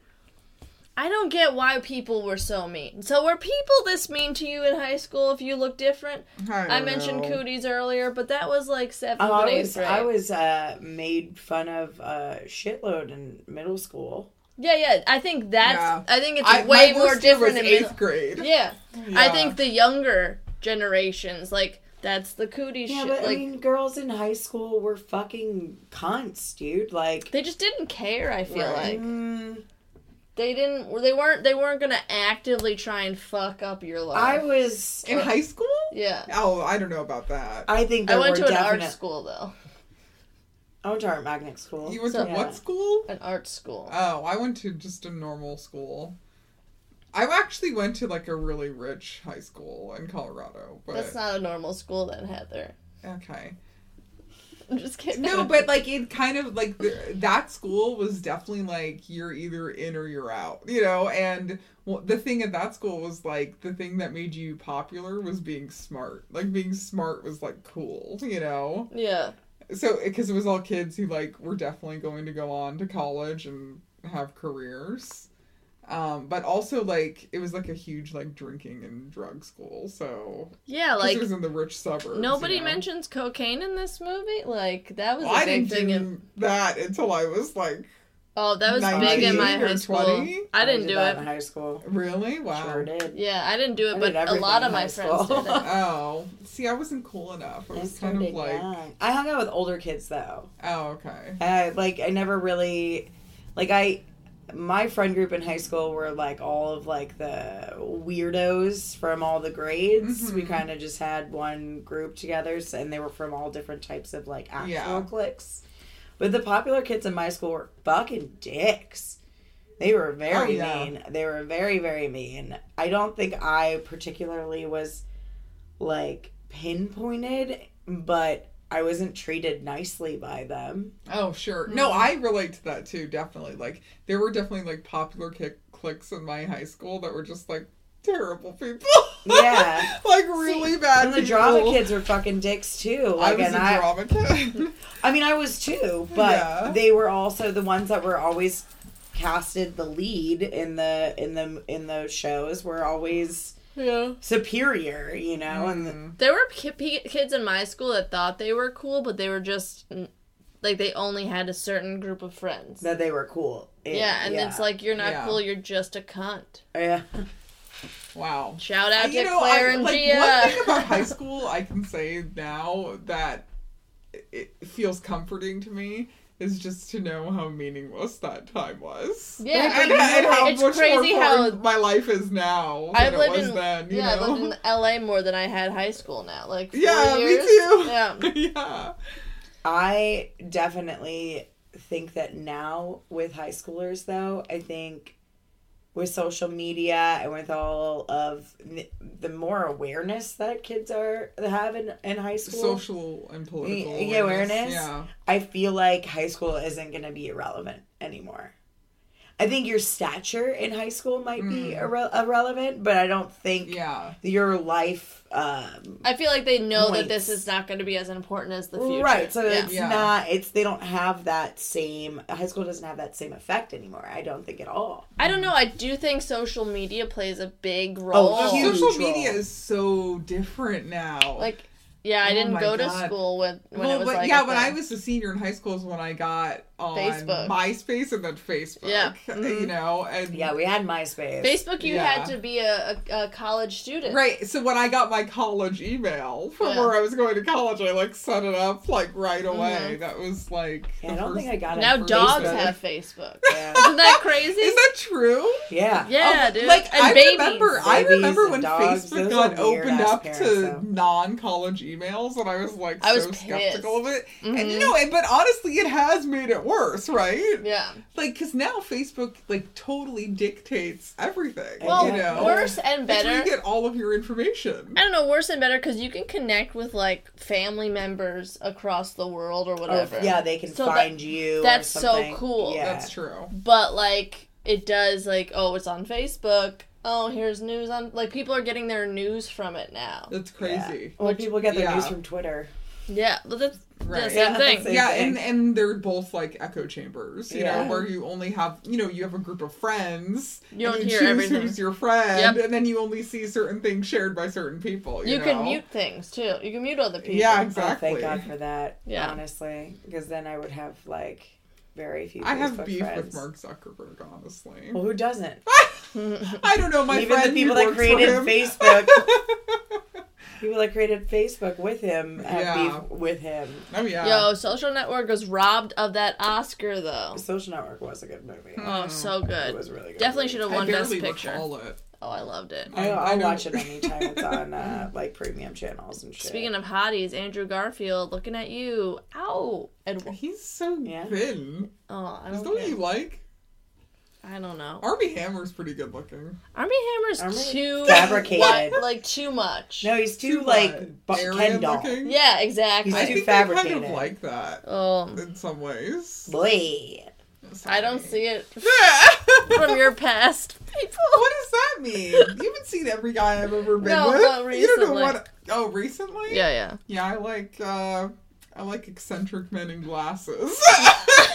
Speaker 2: I don't get why people were so mean. So, were people this mean to you in high school if you look different?
Speaker 4: I,
Speaker 2: I
Speaker 4: don't
Speaker 2: mentioned
Speaker 4: know.
Speaker 2: cooties earlier, but that was like seventh
Speaker 3: Oh,
Speaker 2: and
Speaker 3: I
Speaker 2: eighth
Speaker 3: was
Speaker 2: grade.
Speaker 3: I was uh, made fun of a shitload in middle school.
Speaker 2: yeah, yeah. I think that's.
Speaker 4: Yeah.
Speaker 2: I think it's
Speaker 4: I,
Speaker 2: way
Speaker 4: my
Speaker 2: more
Speaker 4: worst year was
Speaker 2: different in
Speaker 4: eighth
Speaker 2: middle.
Speaker 4: grade.
Speaker 2: Yeah. I
Speaker 4: Yeah.
Speaker 2: think the younger generations, like, that's the cootie
Speaker 3: Yeah,
Speaker 2: shit.
Speaker 3: but
Speaker 2: like,
Speaker 3: I mean, girls in high school were fucking cunts, dude. Like,
Speaker 2: they just didn't care, I feel like.
Speaker 4: Right.
Speaker 3: mm,
Speaker 2: They didn't they weren't they weren't gonna actively try and fuck up your life.
Speaker 3: I was.
Speaker 4: In high school?
Speaker 2: Yeah.
Speaker 4: Oh, I don't know about that.
Speaker 3: I think
Speaker 2: I
Speaker 3: there
Speaker 2: went
Speaker 3: were
Speaker 2: to an
Speaker 3: definite.
Speaker 2: art school though.
Speaker 3: I went to art magnet school.
Speaker 4: You went
Speaker 2: So-
Speaker 4: to what school?
Speaker 2: An art school.
Speaker 4: Oh, I went to just a normal school. I actually went to like a really rich high school in Colorado, but
Speaker 2: That's not a normal school then, Heather.
Speaker 4: okay.
Speaker 2: I'm just kidding.
Speaker 4: No, but like it kind of like the, that school was definitely like you're either in or you're out, you know. And well, the thing at that school was like the thing that made you popular was being smart. Like being smart was like cool, you know.
Speaker 2: Yeah.
Speaker 4: so because it was all kids who like were definitely going to go on to college and have careers um but also like it was like a huge like drinking and drug school so 'cause
Speaker 2: Yeah,
Speaker 4: it
Speaker 2: like
Speaker 4: was in the rich suburbs you
Speaker 2: nobody
Speaker 4: know?
Speaker 2: mentions cocaine in this movie. Like that was
Speaker 4: well,
Speaker 2: a
Speaker 4: i
Speaker 2: big
Speaker 4: didn't
Speaker 2: thing
Speaker 4: do
Speaker 2: in
Speaker 4: that until i was like
Speaker 2: Oh, that was big in my
Speaker 4: 19 or
Speaker 2: high school.
Speaker 4: 20?
Speaker 2: I didn't do
Speaker 3: that
Speaker 2: it.
Speaker 3: in high school.
Speaker 4: really wow
Speaker 3: Sure did.
Speaker 2: Yeah, I didn't do
Speaker 3: I
Speaker 2: it,
Speaker 3: did
Speaker 2: but a
Speaker 3: everything
Speaker 2: lot of
Speaker 3: in
Speaker 2: my
Speaker 3: high
Speaker 2: friends
Speaker 3: school.
Speaker 2: did it.
Speaker 4: oh see i wasn't cool enough i
Speaker 3: I
Speaker 4: was kind of
Speaker 3: started
Speaker 4: like
Speaker 3: young. I hung out with older kids though.
Speaker 4: oh okay
Speaker 3: I, Uh, like I never really, like I, my friend group in high school were like all of like the weirdos from all the grades. We
Speaker 4: Mhm.
Speaker 3: kind of just had one group together, s- and they were from all different types of like actual
Speaker 4: Yeah.
Speaker 3: cliques. But the popular kids in my school were fucking dicks. They were very
Speaker 4: Oh, yeah.
Speaker 3: mean. They were very very mean. I don't think I particularly was like pinpointed, but I wasn't treated nicely by them.
Speaker 4: Oh, sure. No,
Speaker 3: Mm-hmm.
Speaker 4: I relate to that too, definitely. Like, there were definitely like popular kick cliques in my high school that were just like terrible people.
Speaker 3: Yeah.
Speaker 4: like, really bad
Speaker 3: And the
Speaker 4: people.
Speaker 3: drama kids were fucking dicks too.
Speaker 4: I
Speaker 3: Like,
Speaker 4: was
Speaker 3: and
Speaker 4: a
Speaker 3: I,
Speaker 4: drama kid.
Speaker 3: I mean, I was too, but
Speaker 4: Yeah.
Speaker 3: they were also the ones that were always casted the lead in the in the in those shows were always
Speaker 2: Yeah. superior,
Speaker 3: superior, you know. And
Speaker 4: Mhm.
Speaker 2: There were ki- pe- kids in my school that thought they were cool, but they were just like they only had a certain group of friends.
Speaker 3: that they were cool.
Speaker 2: yeah, and it's like you're not
Speaker 4: Yeah.
Speaker 2: cool, you're just a cunt.
Speaker 3: yeah.
Speaker 4: wow.
Speaker 2: Shout out
Speaker 4: You
Speaker 2: to
Speaker 4: know,
Speaker 2: Claire
Speaker 4: I,
Speaker 2: and
Speaker 4: like, one thing
Speaker 2: Gia.
Speaker 4: about high school I can say now that it it feels comforting to me is just to know how meaningless that time was.
Speaker 2: Yeah,
Speaker 4: And, and how
Speaker 2: it's
Speaker 4: much
Speaker 2: crazy
Speaker 4: more
Speaker 2: how
Speaker 4: boring my life is now
Speaker 2: I
Speaker 4: than it
Speaker 2: lived
Speaker 4: was
Speaker 2: in
Speaker 4: then. You
Speaker 2: yeah,
Speaker 4: know?
Speaker 2: I lived in L.A. more than I had high school now. Like four
Speaker 4: Yeah, me
Speaker 2: years.
Speaker 4: too.
Speaker 2: Yeah,
Speaker 4: yeah.
Speaker 3: I definitely think that now with high schoolers, though, I think with social media and with all of the- the more awareness that kids are have in, in high school,
Speaker 4: Social and political
Speaker 3: Y- yeah, awareness.
Speaker 4: Yeah.
Speaker 3: I feel like high school isn't going to be irrelevant anymore. I think your stature in high school might be
Speaker 2: Mm.
Speaker 3: irre- irrelevant, but I don't think
Speaker 4: Yeah.
Speaker 3: your life. Um,
Speaker 2: I feel like they know that
Speaker 3: Points.
Speaker 2: this is not going to be as important as the future.
Speaker 3: Right, so
Speaker 2: yeah.
Speaker 3: it's
Speaker 4: Yeah.
Speaker 3: not. It's they don't have that same. High school doesn't have that same effect anymore. I don't think at all.
Speaker 2: I don't know. I do think social media plays a big role.
Speaker 3: Oh, huge.
Speaker 4: Social
Speaker 3: role.
Speaker 4: media is so different now.
Speaker 2: Like, yeah, I
Speaker 4: Oh
Speaker 2: didn't
Speaker 4: my
Speaker 2: go to
Speaker 4: God.
Speaker 2: school with when
Speaker 4: well,
Speaker 2: it was
Speaker 4: but
Speaker 2: like
Speaker 4: yeah,
Speaker 2: a
Speaker 4: when I
Speaker 2: thing.
Speaker 4: was a senior in high school is when I got on
Speaker 2: Facebook.
Speaker 4: MySpace and then Facebook.
Speaker 2: Yeah. Mm-hmm.
Speaker 4: You know, and
Speaker 3: Yeah, we had
Speaker 2: Mm.
Speaker 3: MySpace.
Speaker 2: Facebook, you
Speaker 4: Yeah.
Speaker 2: had to be a, a, a college student.
Speaker 4: Right. So when I got my college email from
Speaker 2: Yeah. Mm-hmm.
Speaker 4: where I was going to college, I like set it up like right away. That was like
Speaker 3: Yeah, I don't think I got it.
Speaker 2: Now
Speaker 3: on
Speaker 2: dogs
Speaker 3: Facebook.
Speaker 2: have Facebook.
Speaker 3: Yeah.
Speaker 2: Isn't that crazy?
Speaker 4: Is that true?
Speaker 3: yeah.
Speaker 2: yeah,
Speaker 4: Oh,
Speaker 2: dude.
Speaker 4: Like
Speaker 2: and
Speaker 4: I
Speaker 2: babies.
Speaker 4: remember, I
Speaker 3: Babies
Speaker 4: remember
Speaker 3: and
Speaker 4: when
Speaker 3: dogs,
Speaker 4: Facebook
Speaker 3: those
Speaker 4: got
Speaker 3: are weird
Speaker 4: opened
Speaker 3: ass
Speaker 4: up
Speaker 3: parents,
Speaker 4: to
Speaker 3: though.
Speaker 4: non-college emails, and I was like
Speaker 2: I was
Speaker 4: so skeptical of it. And
Speaker 2: Mhm.
Speaker 4: no, and, but honestly, it has made it worse, right?
Speaker 2: yeah.
Speaker 4: Like, because now Facebook like totally dictates everything.
Speaker 2: Well,
Speaker 4: you know,
Speaker 2: worse and
Speaker 4: That's where
Speaker 2: better.
Speaker 4: you get all of your information.
Speaker 2: I don't know, worse and better because you can connect with like family members across the world
Speaker 4: Oh,
Speaker 2: or
Speaker 3: Or,
Speaker 2: whatever.
Speaker 3: Oh, yeah, they can
Speaker 2: So that-
Speaker 3: find you. or
Speaker 2: that's so
Speaker 3: something.
Speaker 2: cool.
Speaker 3: Yeah.
Speaker 4: That's true.
Speaker 2: But like, it does like, oh, it's on Facebook. Oh, here's news on. Like, people are getting their news from it now.
Speaker 4: That's
Speaker 3: Yeah.
Speaker 4: crazy.
Speaker 3: Well, people get their
Speaker 4: yeah.
Speaker 3: news from Twitter.
Speaker 2: Yeah, but that's the
Speaker 4: Right.
Speaker 2: same
Speaker 3: Yeah,
Speaker 2: thing.
Speaker 3: that's Same
Speaker 4: yeah, and
Speaker 3: thing.
Speaker 4: and they're both like echo chambers, you
Speaker 3: Yeah.
Speaker 4: know, where you only have you know you have a group of friends.
Speaker 2: You
Speaker 4: and
Speaker 2: don't
Speaker 4: you
Speaker 2: hear
Speaker 4: choose
Speaker 2: everything.
Speaker 4: who's your friend,
Speaker 2: Yep.
Speaker 4: and then you only see certain things shared by certain people. You,
Speaker 2: You can
Speaker 4: know?
Speaker 2: mute things too. You can mute other people.
Speaker 4: Yeah,
Speaker 3: Oh,
Speaker 4: exactly.
Speaker 3: thank God for that.
Speaker 2: Yeah.
Speaker 3: Honestly, because then I would have like very few.
Speaker 4: I have
Speaker 3: Facebook
Speaker 4: beef
Speaker 3: friends.
Speaker 4: with Mark Zuckerberg, honestly.
Speaker 3: Well, who doesn't?
Speaker 4: I don't know my
Speaker 3: Even
Speaker 4: friend.
Speaker 3: the
Speaker 4: who
Speaker 3: people that
Speaker 4: works for
Speaker 3: created
Speaker 4: him.
Speaker 3: Facebook, people that created Facebook with him have
Speaker 4: Yeah.
Speaker 3: beef with him.
Speaker 4: Oh yeah.
Speaker 2: Yo, Social Network was robbed of that Oscar though.
Speaker 3: Social Network was a good movie.
Speaker 2: Oh, so
Speaker 3: It
Speaker 2: good.
Speaker 3: was a really good.
Speaker 2: Definitely
Speaker 3: movie.
Speaker 2: should have
Speaker 4: I
Speaker 2: won Best
Speaker 4: barely
Speaker 2: Picture.
Speaker 4: recall it.
Speaker 2: Oh, I loved it.
Speaker 3: I,
Speaker 4: I
Speaker 3: I'll
Speaker 4: know-
Speaker 3: watch it anytime it's on uh, like premium channels and shit.
Speaker 2: Speaking of hotties, Andrew Garfield, looking at you. Ow. Edward.
Speaker 4: He's so
Speaker 3: Yeah.
Speaker 4: thin.
Speaker 2: Oh, I
Speaker 4: Is
Speaker 2: don't,
Speaker 4: the one
Speaker 2: get-
Speaker 4: you like?
Speaker 2: I don't know.
Speaker 4: Army Hammer's pretty good looking.
Speaker 2: Army Hammer's
Speaker 3: Armie-
Speaker 2: too
Speaker 3: Fabricated.
Speaker 2: what- like too much.
Speaker 3: no, he's too,
Speaker 4: Too, uh,
Speaker 3: like bu- Ken
Speaker 4: Aryan
Speaker 3: doll.
Speaker 4: looking.
Speaker 2: Yeah, exactly.
Speaker 4: I
Speaker 3: too
Speaker 4: think I kind of
Speaker 3: fabricated.
Speaker 4: like that
Speaker 2: um,
Speaker 4: in some ways.
Speaker 3: Boy.
Speaker 2: I don't see it
Speaker 4: From
Speaker 2: from your past, people.
Speaker 4: What does that mean? You haven't seen every guy I've ever been
Speaker 2: No,
Speaker 4: with.
Speaker 2: but
Speaker 4: You don't know
Speaker 2: recently.
Speaker 4: what. Oh, recently?
Speaker 2: Yeah, yeah.
Speaker 4: Yeah, I like. uh I like eccentric men in glasses.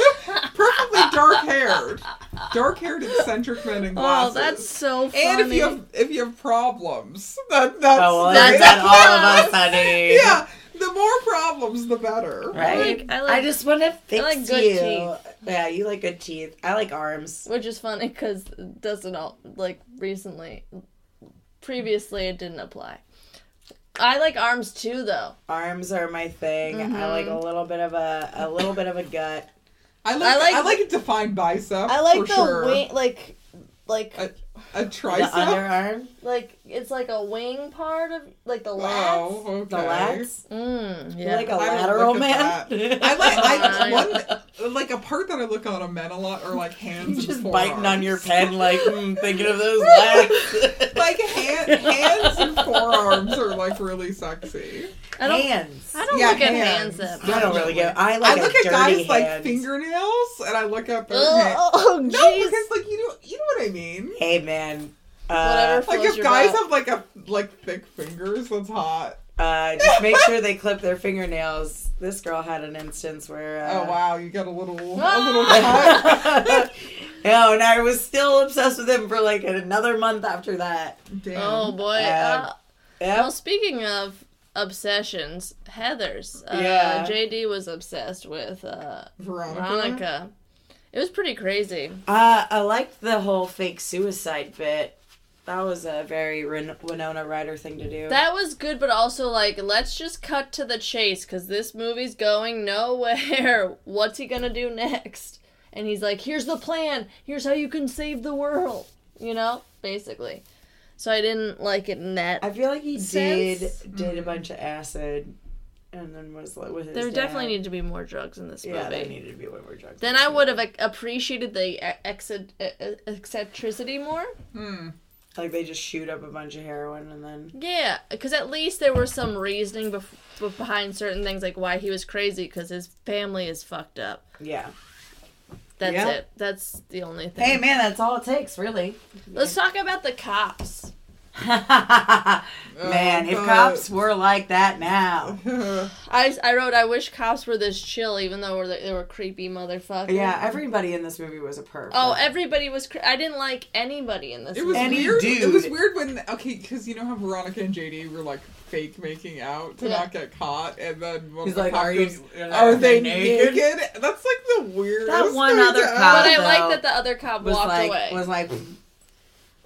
Speaker 4: Perfectly dark haired, dark haired eccentric men in
Speaker 2: Oh,
Speaker 4: glasses.
Speaker 2: that's so funny.
Speaker 4: and if you have if you have problems, that that's
Speaker 3: Oh, well,
Speaker 2: That's
Speaker 3: that's
Speaker 2: a
Speaker 3: not all of us, honey.
Speaker 4: yeah. The more problems, the better.
Speaker 3: Right?
Speaker 2: I like- I like-
Speaker 3: just want to fix
Speaker 2: like good
Speaker 3: you.
Speaker 2: teeth.
Speaker 3: Yeah, you like good teeth. I like arms.
Speaker 2: Which is funny because it doesn't all like recently. Previously, it didn't apply. I like arms too, though.
Speaker 3: Arms are my thing. I like
Speaker 2: Mm-hmm.
Speaker 3: a little bit of a a little bit of a gut.
Speaker 4: I like I
Speaker 2: I
Speaker 4: like,
Speaker 2: like-
Speaker 4: a defined bicep.
Speaker 2: I like
Speaker 4: for
Speaker 2: the
Speaker 4: sure.
Speaker 2: wing, like, like,
Speaker 4: A, a
Speaker 3: The
Speaker 4: tricep.
Speaker 3: underarm,
Speaker 2: like it's like a wing part of, like the
Speaker 4: Wow,
Speaker 2: lats.
Speaker 4: okay.
Speaker 3: the lats.
Speaker 2: Mm,
Speaker 3: You're
Speaker 2: yeah.
Speaker 3: like a
Speaker 4: I don't
Speaker 3: lateral
Speaker 4: look
Speaker 3: man.
Speaker 4: at I like I,
Speaker 2: Fine.
Speaker 4: one like a part that I look on a men a lot are like hands. and
Speaker 3: just
Speaker 4: forearms.
Speaker 3: biting on your pen, like
Speaker 4: hmm,
Speaker 3: mm, thinking of those lats.
Speaker 4: Like hand, hands and forearms are like really sexy.
Speaker 2: I don't.
Speaker 3: hands.
Speaker 2: I don't
Speaker 4: Yeah,
Speaker 2: look at hands
Speaker 4: hands.
Speaker 2: that much.
Speaker 3: I don't really get. I
Speaker 4: I
Speaker 3: like.
Speaker 4: look
Speaker 3: a
Speaker 4: at
Speaker 3: dirty
Speaker 4: guys like
Speaker 3: hand.
Speaker 4: fingernails and I look at their hands.
Speaker 2: Oh, jeez.
Speaker 4: No, because like you know you know what I mean.
Speaker 3: Hey man.
Speaker 2: Whatever.
Speaker 3: Uh,
Speaker 4: Like
Speaker 2: Close
Speaker 4: if
Speaker 2: your
Speaker 4: guys
Speaker 2: mouth.
Speaker 4: have like a like thick fingers, that's hot.
Speaker 3: uh, just make sure they clip their fingernails. This girl had an instance where. Uh,
Speaker 4: Oh wow, you got a little a little
Speaker 2: Ah.
Speaker 4: cut.
Speaker 3: yeah, Oh, and I was still obsessed with him for like another month after that.
Speaker 4: Damn.
Speaker 2: oh boy.
Speaker 3: Um,
Speaker 2: Uh,
Speaker 3: Yep.
Speaker 2: well, speaking of obsessions, Heather's. Uh,
Speaker 3: Yeah.
Speaker 2: JD was obsessed with. Uh,
Speaker 4: Veronica.
Speaker 2: Veronica. It was pretty crazy.
Speaker 3: Uh, I liked the whole fake suicide bit. That was a very Ren- Winona Ryder thing to do.
Speaker 2: That was good, but also like, let's just cut to the chase because this movie's going nowhere. What's he gonna do next? And he's like, here's the plan. Here's how you can save the world. You know, basically. So I didn't like it in that.
Speaker 3: I feel like he
Speaker 2: Sense?
Speaker 3: did did a bunch of acid, and then was like with his.
Speaker 2: Mm. there
Speaker 3: dad.
Speaker 2: definitely need to be more drugs in this movie.
Speaker 3: Yeah, there needed to be way more drugs.
Speaker 2: then I would have like, appreciated the e-, ex- eccentricity more.
Speaker 4: Hmm.
Speaker 3: like they just shoot up a bunch of heroin and then
Speaker 2: Yeah, because at least there was some reasoning bef- bef- behind certain things, like why he was crazy, because his family is fucked up.
Speaker 3: yeah.
Speaker 2: That's
Speaker 3: Yeah.
Speaker 2: it. That's the only thing.
Speaker 3: Hey man, that's all it takes, really.
Speaker 2: Let's talk about the cops.
Speaker 3: Oh, man, if
Speaker 4: but-
Speaker 3: cops were like that now.
Speaker 2: I, I wrote, I wish cops were this chill, even though we're, they were creepy motherfuckers.
Speaker 3: Yeah, everybody in this movie was a perv.
Speaker 2: Oh, everybody was. Cre- I didn't like anybody in this.
Speaker 4: It was
Speaker 3: Any
Speaker 4: weird. It was
Speaker 3: dude.
Speaker 4: weird when okay, because you know how Veronica and JD were like fake making out to
Speaker 2: Yeah.
Speaker 4: not get caught, and then when
Speaker 3: He's
Speaker 4: the
Speaker 3: like,
Speaker 4: cop
Speaker 3: "Are you-
Speaker 4: goes,
Speaker 3: you're like,
Speaker 4: are
Speaker 3: are Oh, they
Speaker 4: they naked?
Speaker 3: naked?"
Speaker 4: That's like the weirdest.
Speaker 3: one
Speaker 4: thing
Speaker 3: other
Speaker 4: to
Speaker 3: cop
Speaker 4: ask.
Speaker 2: but I
Speaker 3: though,
Speaker 2: like that the other cop
Speaker 3: was
Speaker 2: walked
Speaker 3: like
Speaker 2: away.
Speaker 3: was like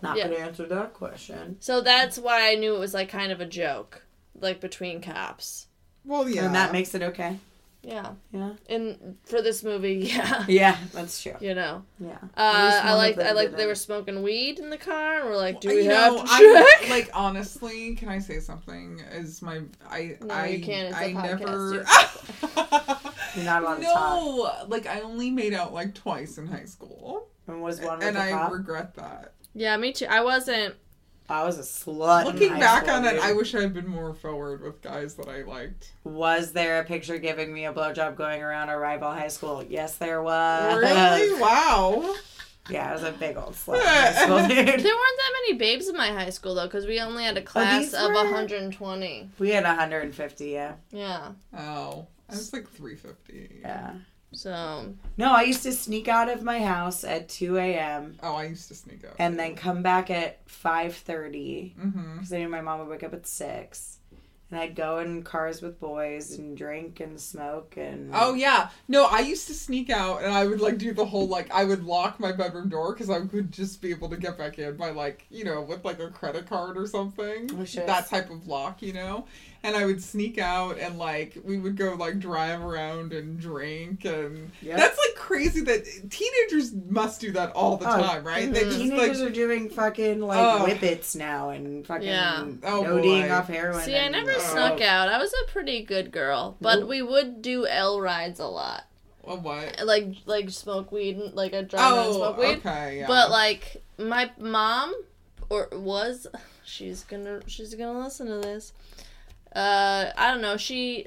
Speaker 3: not
Speaker 2: Yeah.
Speaker 3: gonna answer that question.
Speaker 2: So that's why I knew it was like kind of a joke, like between cops.
Speaker 4: Well, yeah,
Speaker 3: And that makes it okay.
Speaker 2: Yeah.
Speaker 3: Yeah.
Speaker 2: And for this movie, yeah.
Speaker 3: Yeah, that's true.
Speaker 2: You know,
Speaker 3: Yeah.
Speaker 2: uh, I
Speaker 3: like
Speaker 2: like I like they were smoking weed in the car, and we're like, do we
Speaker 4: you
Speaker 2: have
Speaker 4: know,
Speaker 2: to
Speaker 4: I-
Speaker 2: check?
Speaker 4: like honestly, can I say something? Is my I
Speaker 2: No,
Speaker 4: I
Speaker 2: you can't. It's a
Speaker 4: I
Speaker 2: podcast.
Speaker 4: never.
Speaker 3: You're not allowed to talk.
Speaker 4: no, like I only made out like twice in high school,
Speaker 3: And was one with
Speaker 4: and
Speaker 3: the
Speaker 4: I
Speaker 3: cop?
Speaker 4: regret that.
Speaker 2: yeah, me too. I wasn't.
Speaker 3: I was a slut. in
Speaker 4: Looking
Speaker 3: high
Speaker 4: back
Speaker 3: school,
Speaker 4: on it,
Speaker 3: dude.
Speaker 4: I wish I had been more forward with guys that I liked.
Speaker 3: was there a picture giving me a blowjob going around our rival high school? Yes, there was.
Speaker 4: Really? Wow.
Speaker 3: Yeah, I was a big old slut in high school,
Speaker 2: There weren't
Speaker 3: dude.
Speaker 2: that many babes in my high school though, because we only had a class
Speaker 4: Oh,
Speaker 3: these
Speaker 2: of
Speaker 3: were-
Speaker 2: 120.
Speaker 3: We had 150. Yeah,
Speaker 2: Yeah.
Speaker 4: Oh, I was like 350.
Speaker 3: yeah.
Speaker 2: So
Speaker 3: No, I used to sneak out of my house at 2 a.m.
Speaker 4: Oh, I used to sneak out.
Speaker 3: and then come back at 5:30
Speaker 4: Mm-hmm.
Speaker 3: because I knew my mom would wake up at six. And I'd go in cars with boys and drink and smoke and
Speaker 4: Oh yeah, no. I used to sneak out, and I would like do the whole like I would lock my bedroom door because I would just be able to get back in by like you know with like a credit card or something.
Speaker 3: Oh, shit.
Speaker 4: That type of lock, you know. And I would sneak out, and like we would go like drive around and drink, and
Speaker 3: Yep.
Speaker 4: that's like crazy that teenagers must do that all the
Speaker 3: Oh,
Speaker 4: time, right? They just like
Speaker 3: Teenagers are doing fucking like
Speaker 4: Oh.
Speaker 3: whippets now and fucking
Speaker 2: Yeah.
Speaker 4: Oh,
Speaker 3: ODing
Speaker 4: boy.
Speaker 3: off heroin.
Speaker 2: see, I
Speaker 3: and-
Speaker 2: never
Speaker 4: Oh.
Speaker 2: snuck out. I was a pretty good girl, but we would do L rides a lot,
Speaker 4: oh, what?
Speaker 2: like like smoke weed, and like a drive around and
Speaker 4: Oh,
Speaker 2: smoke weed.
Speaker 4: okay, yeah.
Speaker 2: But like my mom or was she's gonna she's gonna listen to this. Uh I don't know, she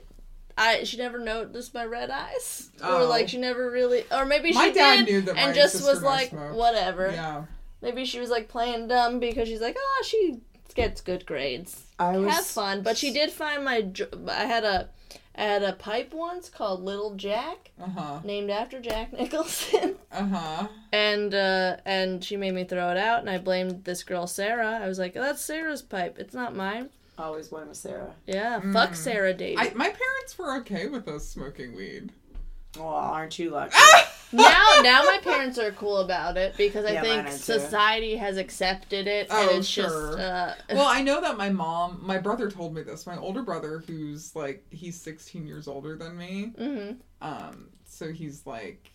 Speaker 2: I she never noticed my red eyes. Or
Speaker 4: Oh.
Speaker 2: like she never really or maybe
Speaker 4: My
Speaker 2: she
Speaker 4: dad
Speaker 2: did
Speaker 4: knew that
Speaker 2: and
Speaker 4: my
Speaker 2: just
Speaker 4: sister
Speaker 2: was
Speaker 4: and I
Speaker 2: like
Speaker 4: smoked.
Speaker 2: whatever.
Speaker 4: yeah.
Speaker 2: Maybe she was like playing dumb because she's like, "Oh, she gets good grades.
Speaker 3: I was
Speaker 2: Have fun." But she did find my dr- I had a I had a pipe once called Little Jack,
Speaker 4: Uh huh.
Speaker 2: named after Jack Nicholson.
Speaker 4: Uh huh.
Speaker 2: and uh, and she made me throw it out, and I blamed this girl Sarah. I was like, "That's Sarah's pipe. It's not mine."
Speaker 3: always one with Sarah.
Speaker 2: Yeah, fuck Sarah, David.
Speaker 4: Mm. I, my parents were okay with us smoking weed.
Speaker 3: Well, aren't you lucky?
Speaker 4: Ah!
Speaker 2: now, now my parents are cool about it because I
Speaker 3: Yeah, mine
Speaker 2: think
Speaker 3: are too.
Speaker 2: society has accepted it,
Speaker 4: Oh,
Speaker 2: and it's
Speaker 4: sure.
Speaker 2: just uh,
Speaker 4: well, I know that my mom, my brother told me this. My older brother, who's like, he's 16 years older than me.
Speaker 2: mhm.
Speaker 4: Um, so he's like,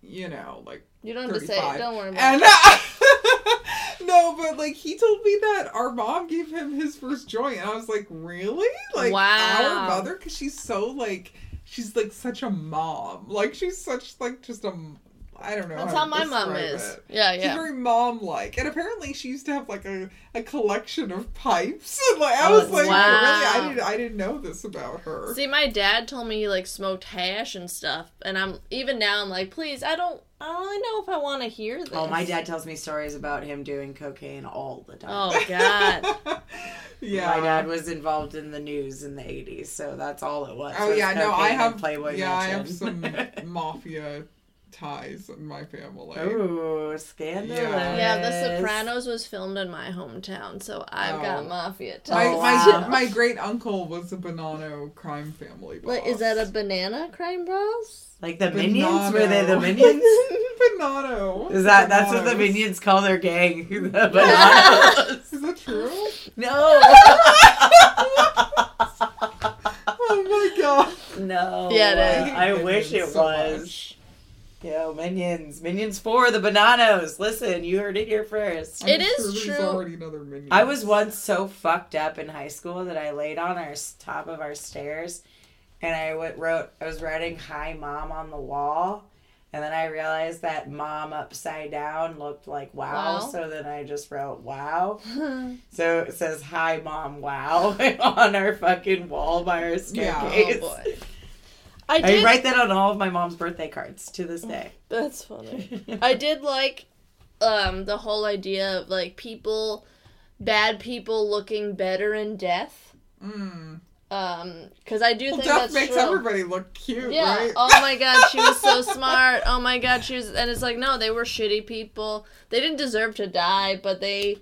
Speaker 4: you know, like
Speaker 2: you don't have to say
Speaker 4: 35.
Speaker 2: it. Don't worry about
Speaker 4: And
Speaker 2: it.
Speaker 4: no, but like he told me that our mom gave him his first joint, and I was like, really? Like
Speaker 2: Wow.
Speaker 4: our mother, because she's so like, she's like such a mom. Like she's such like just a, m- I don't know.
Speaker 2: That's
Speaker 4: to
Speaker 2: how my mom
Speaker 4: describe
Speaker 2: is.
Speaker 4: it.
Speaker 2: Yeah,
Speaker 4: She's
Speaker 2: yeah.
Speaker 4: very mom like. And apparently she used to have like a, a collection of pipes. And like I
Speaker 3: Oh,
Speaker 4: was like,
Speaker 2: wow.
Speaker 4: really? I didn't I didn't know this about her.
Speaker 2: See, my dad told me he like smoked hash and stuff, and I'm even now I'm like, please, I don't, I don't really know if I want to hear this.
Speaker 3: Oh, my dad tells me stories about him doing cocaine all the time.
Speaker 2: Oh God.
Speaker 4: yeah.
Speaker 3: My dad was involved in the news in the 80s, so that's all it was.
Speaker 4: Oh
Speaker 3: was
Speaker 4: yeah, no, I
Speaker 3: cocaine and
Speaker 4: have
Speaker 3: Playboy
Speaker 4: Yeah,
Speaker 3: Mansion.
Speaker 4: I have some mafia ties in my family.
Speaker 3: Ooh, scandalous.
Speaker 2: Yeah, The Sopranos was filmed in my hometown, so I've got
Speaker 4: Oh.
Speaker 2: mafia
Speaker 4: My,
Speaker 2: ties.
Speaker 3: Oh,
Speaker 4: my,
Speaker 3: wow.
Speaker 4: my great uncle was a Bonanno crime family boss.
Speaker 2: Wait, is that a banana crime bros?
Speaker 3: Like the
Speaker 4: But
Speaker 3: minions?
Speaker 4: not
Speaker 3: Were they the
Speaker 4: no.
Speaker 3: minions?
Speaker 4: Bonanno?
Speaker 3: Is that that's what the
Speaker 4: Bonanos.
Speaker 3: minions call their gang? the Bonanos.
Speaker 4: Is that true?
Speaker 3: no.
Speaker 4: Oh my god.
Speaker 3: No.
Speaker 2: Yeah, it
Speaker 4: is.
Speaker 3: I wish it
Speaker 4: Minions so
Speaker 3: was. Yo, Minions. Minions 4, the Bananos. Listen, you heard it here first.
Speaker 2: It is
Speaker 4: there's
Speaker 2: true.
Speaker 4: Already another minion.
Speaker 3: I was once so fucked up in high school that I laid on our s- top of our stairs and I went, wrote, I was writing hi mom on the wall. And then I realized that mom upside down looked like wow.
Speaker 2: Wow.
Speaker 3: So then I just wrote wow.
Speaker 2: Oh,
Speaker 3: so it says hi mom wow on our fucking wall by our
Speaker 4: Yeah.
Speaker 2: Oh
Speaker 3: staircase.
Speaker 2: boy. I
Speaker 3: I
Speaker 2: did.
Speaker 3: write that on all of my mom's birthday cards to this day.
Speaker 2: That's funny. I did like um the whole idea of like people, bad people looking better in death.
Speaker 4: Mm.
Speaker 2: Um, because I do
Speaker 4: Well,
Speaker 2: think
Speaker 4: death
Speaker 2: that's
Speaker 4: makes
Speaker 2: true.
Speaker 4: everybody look cute,
Speaker 2: Yeah.
Speaker 4: right?
Speaker 2: Oh my god, she was so smart. Oh my god, she was and it's like, no, they were shitty people. They didn't deserve to die, but they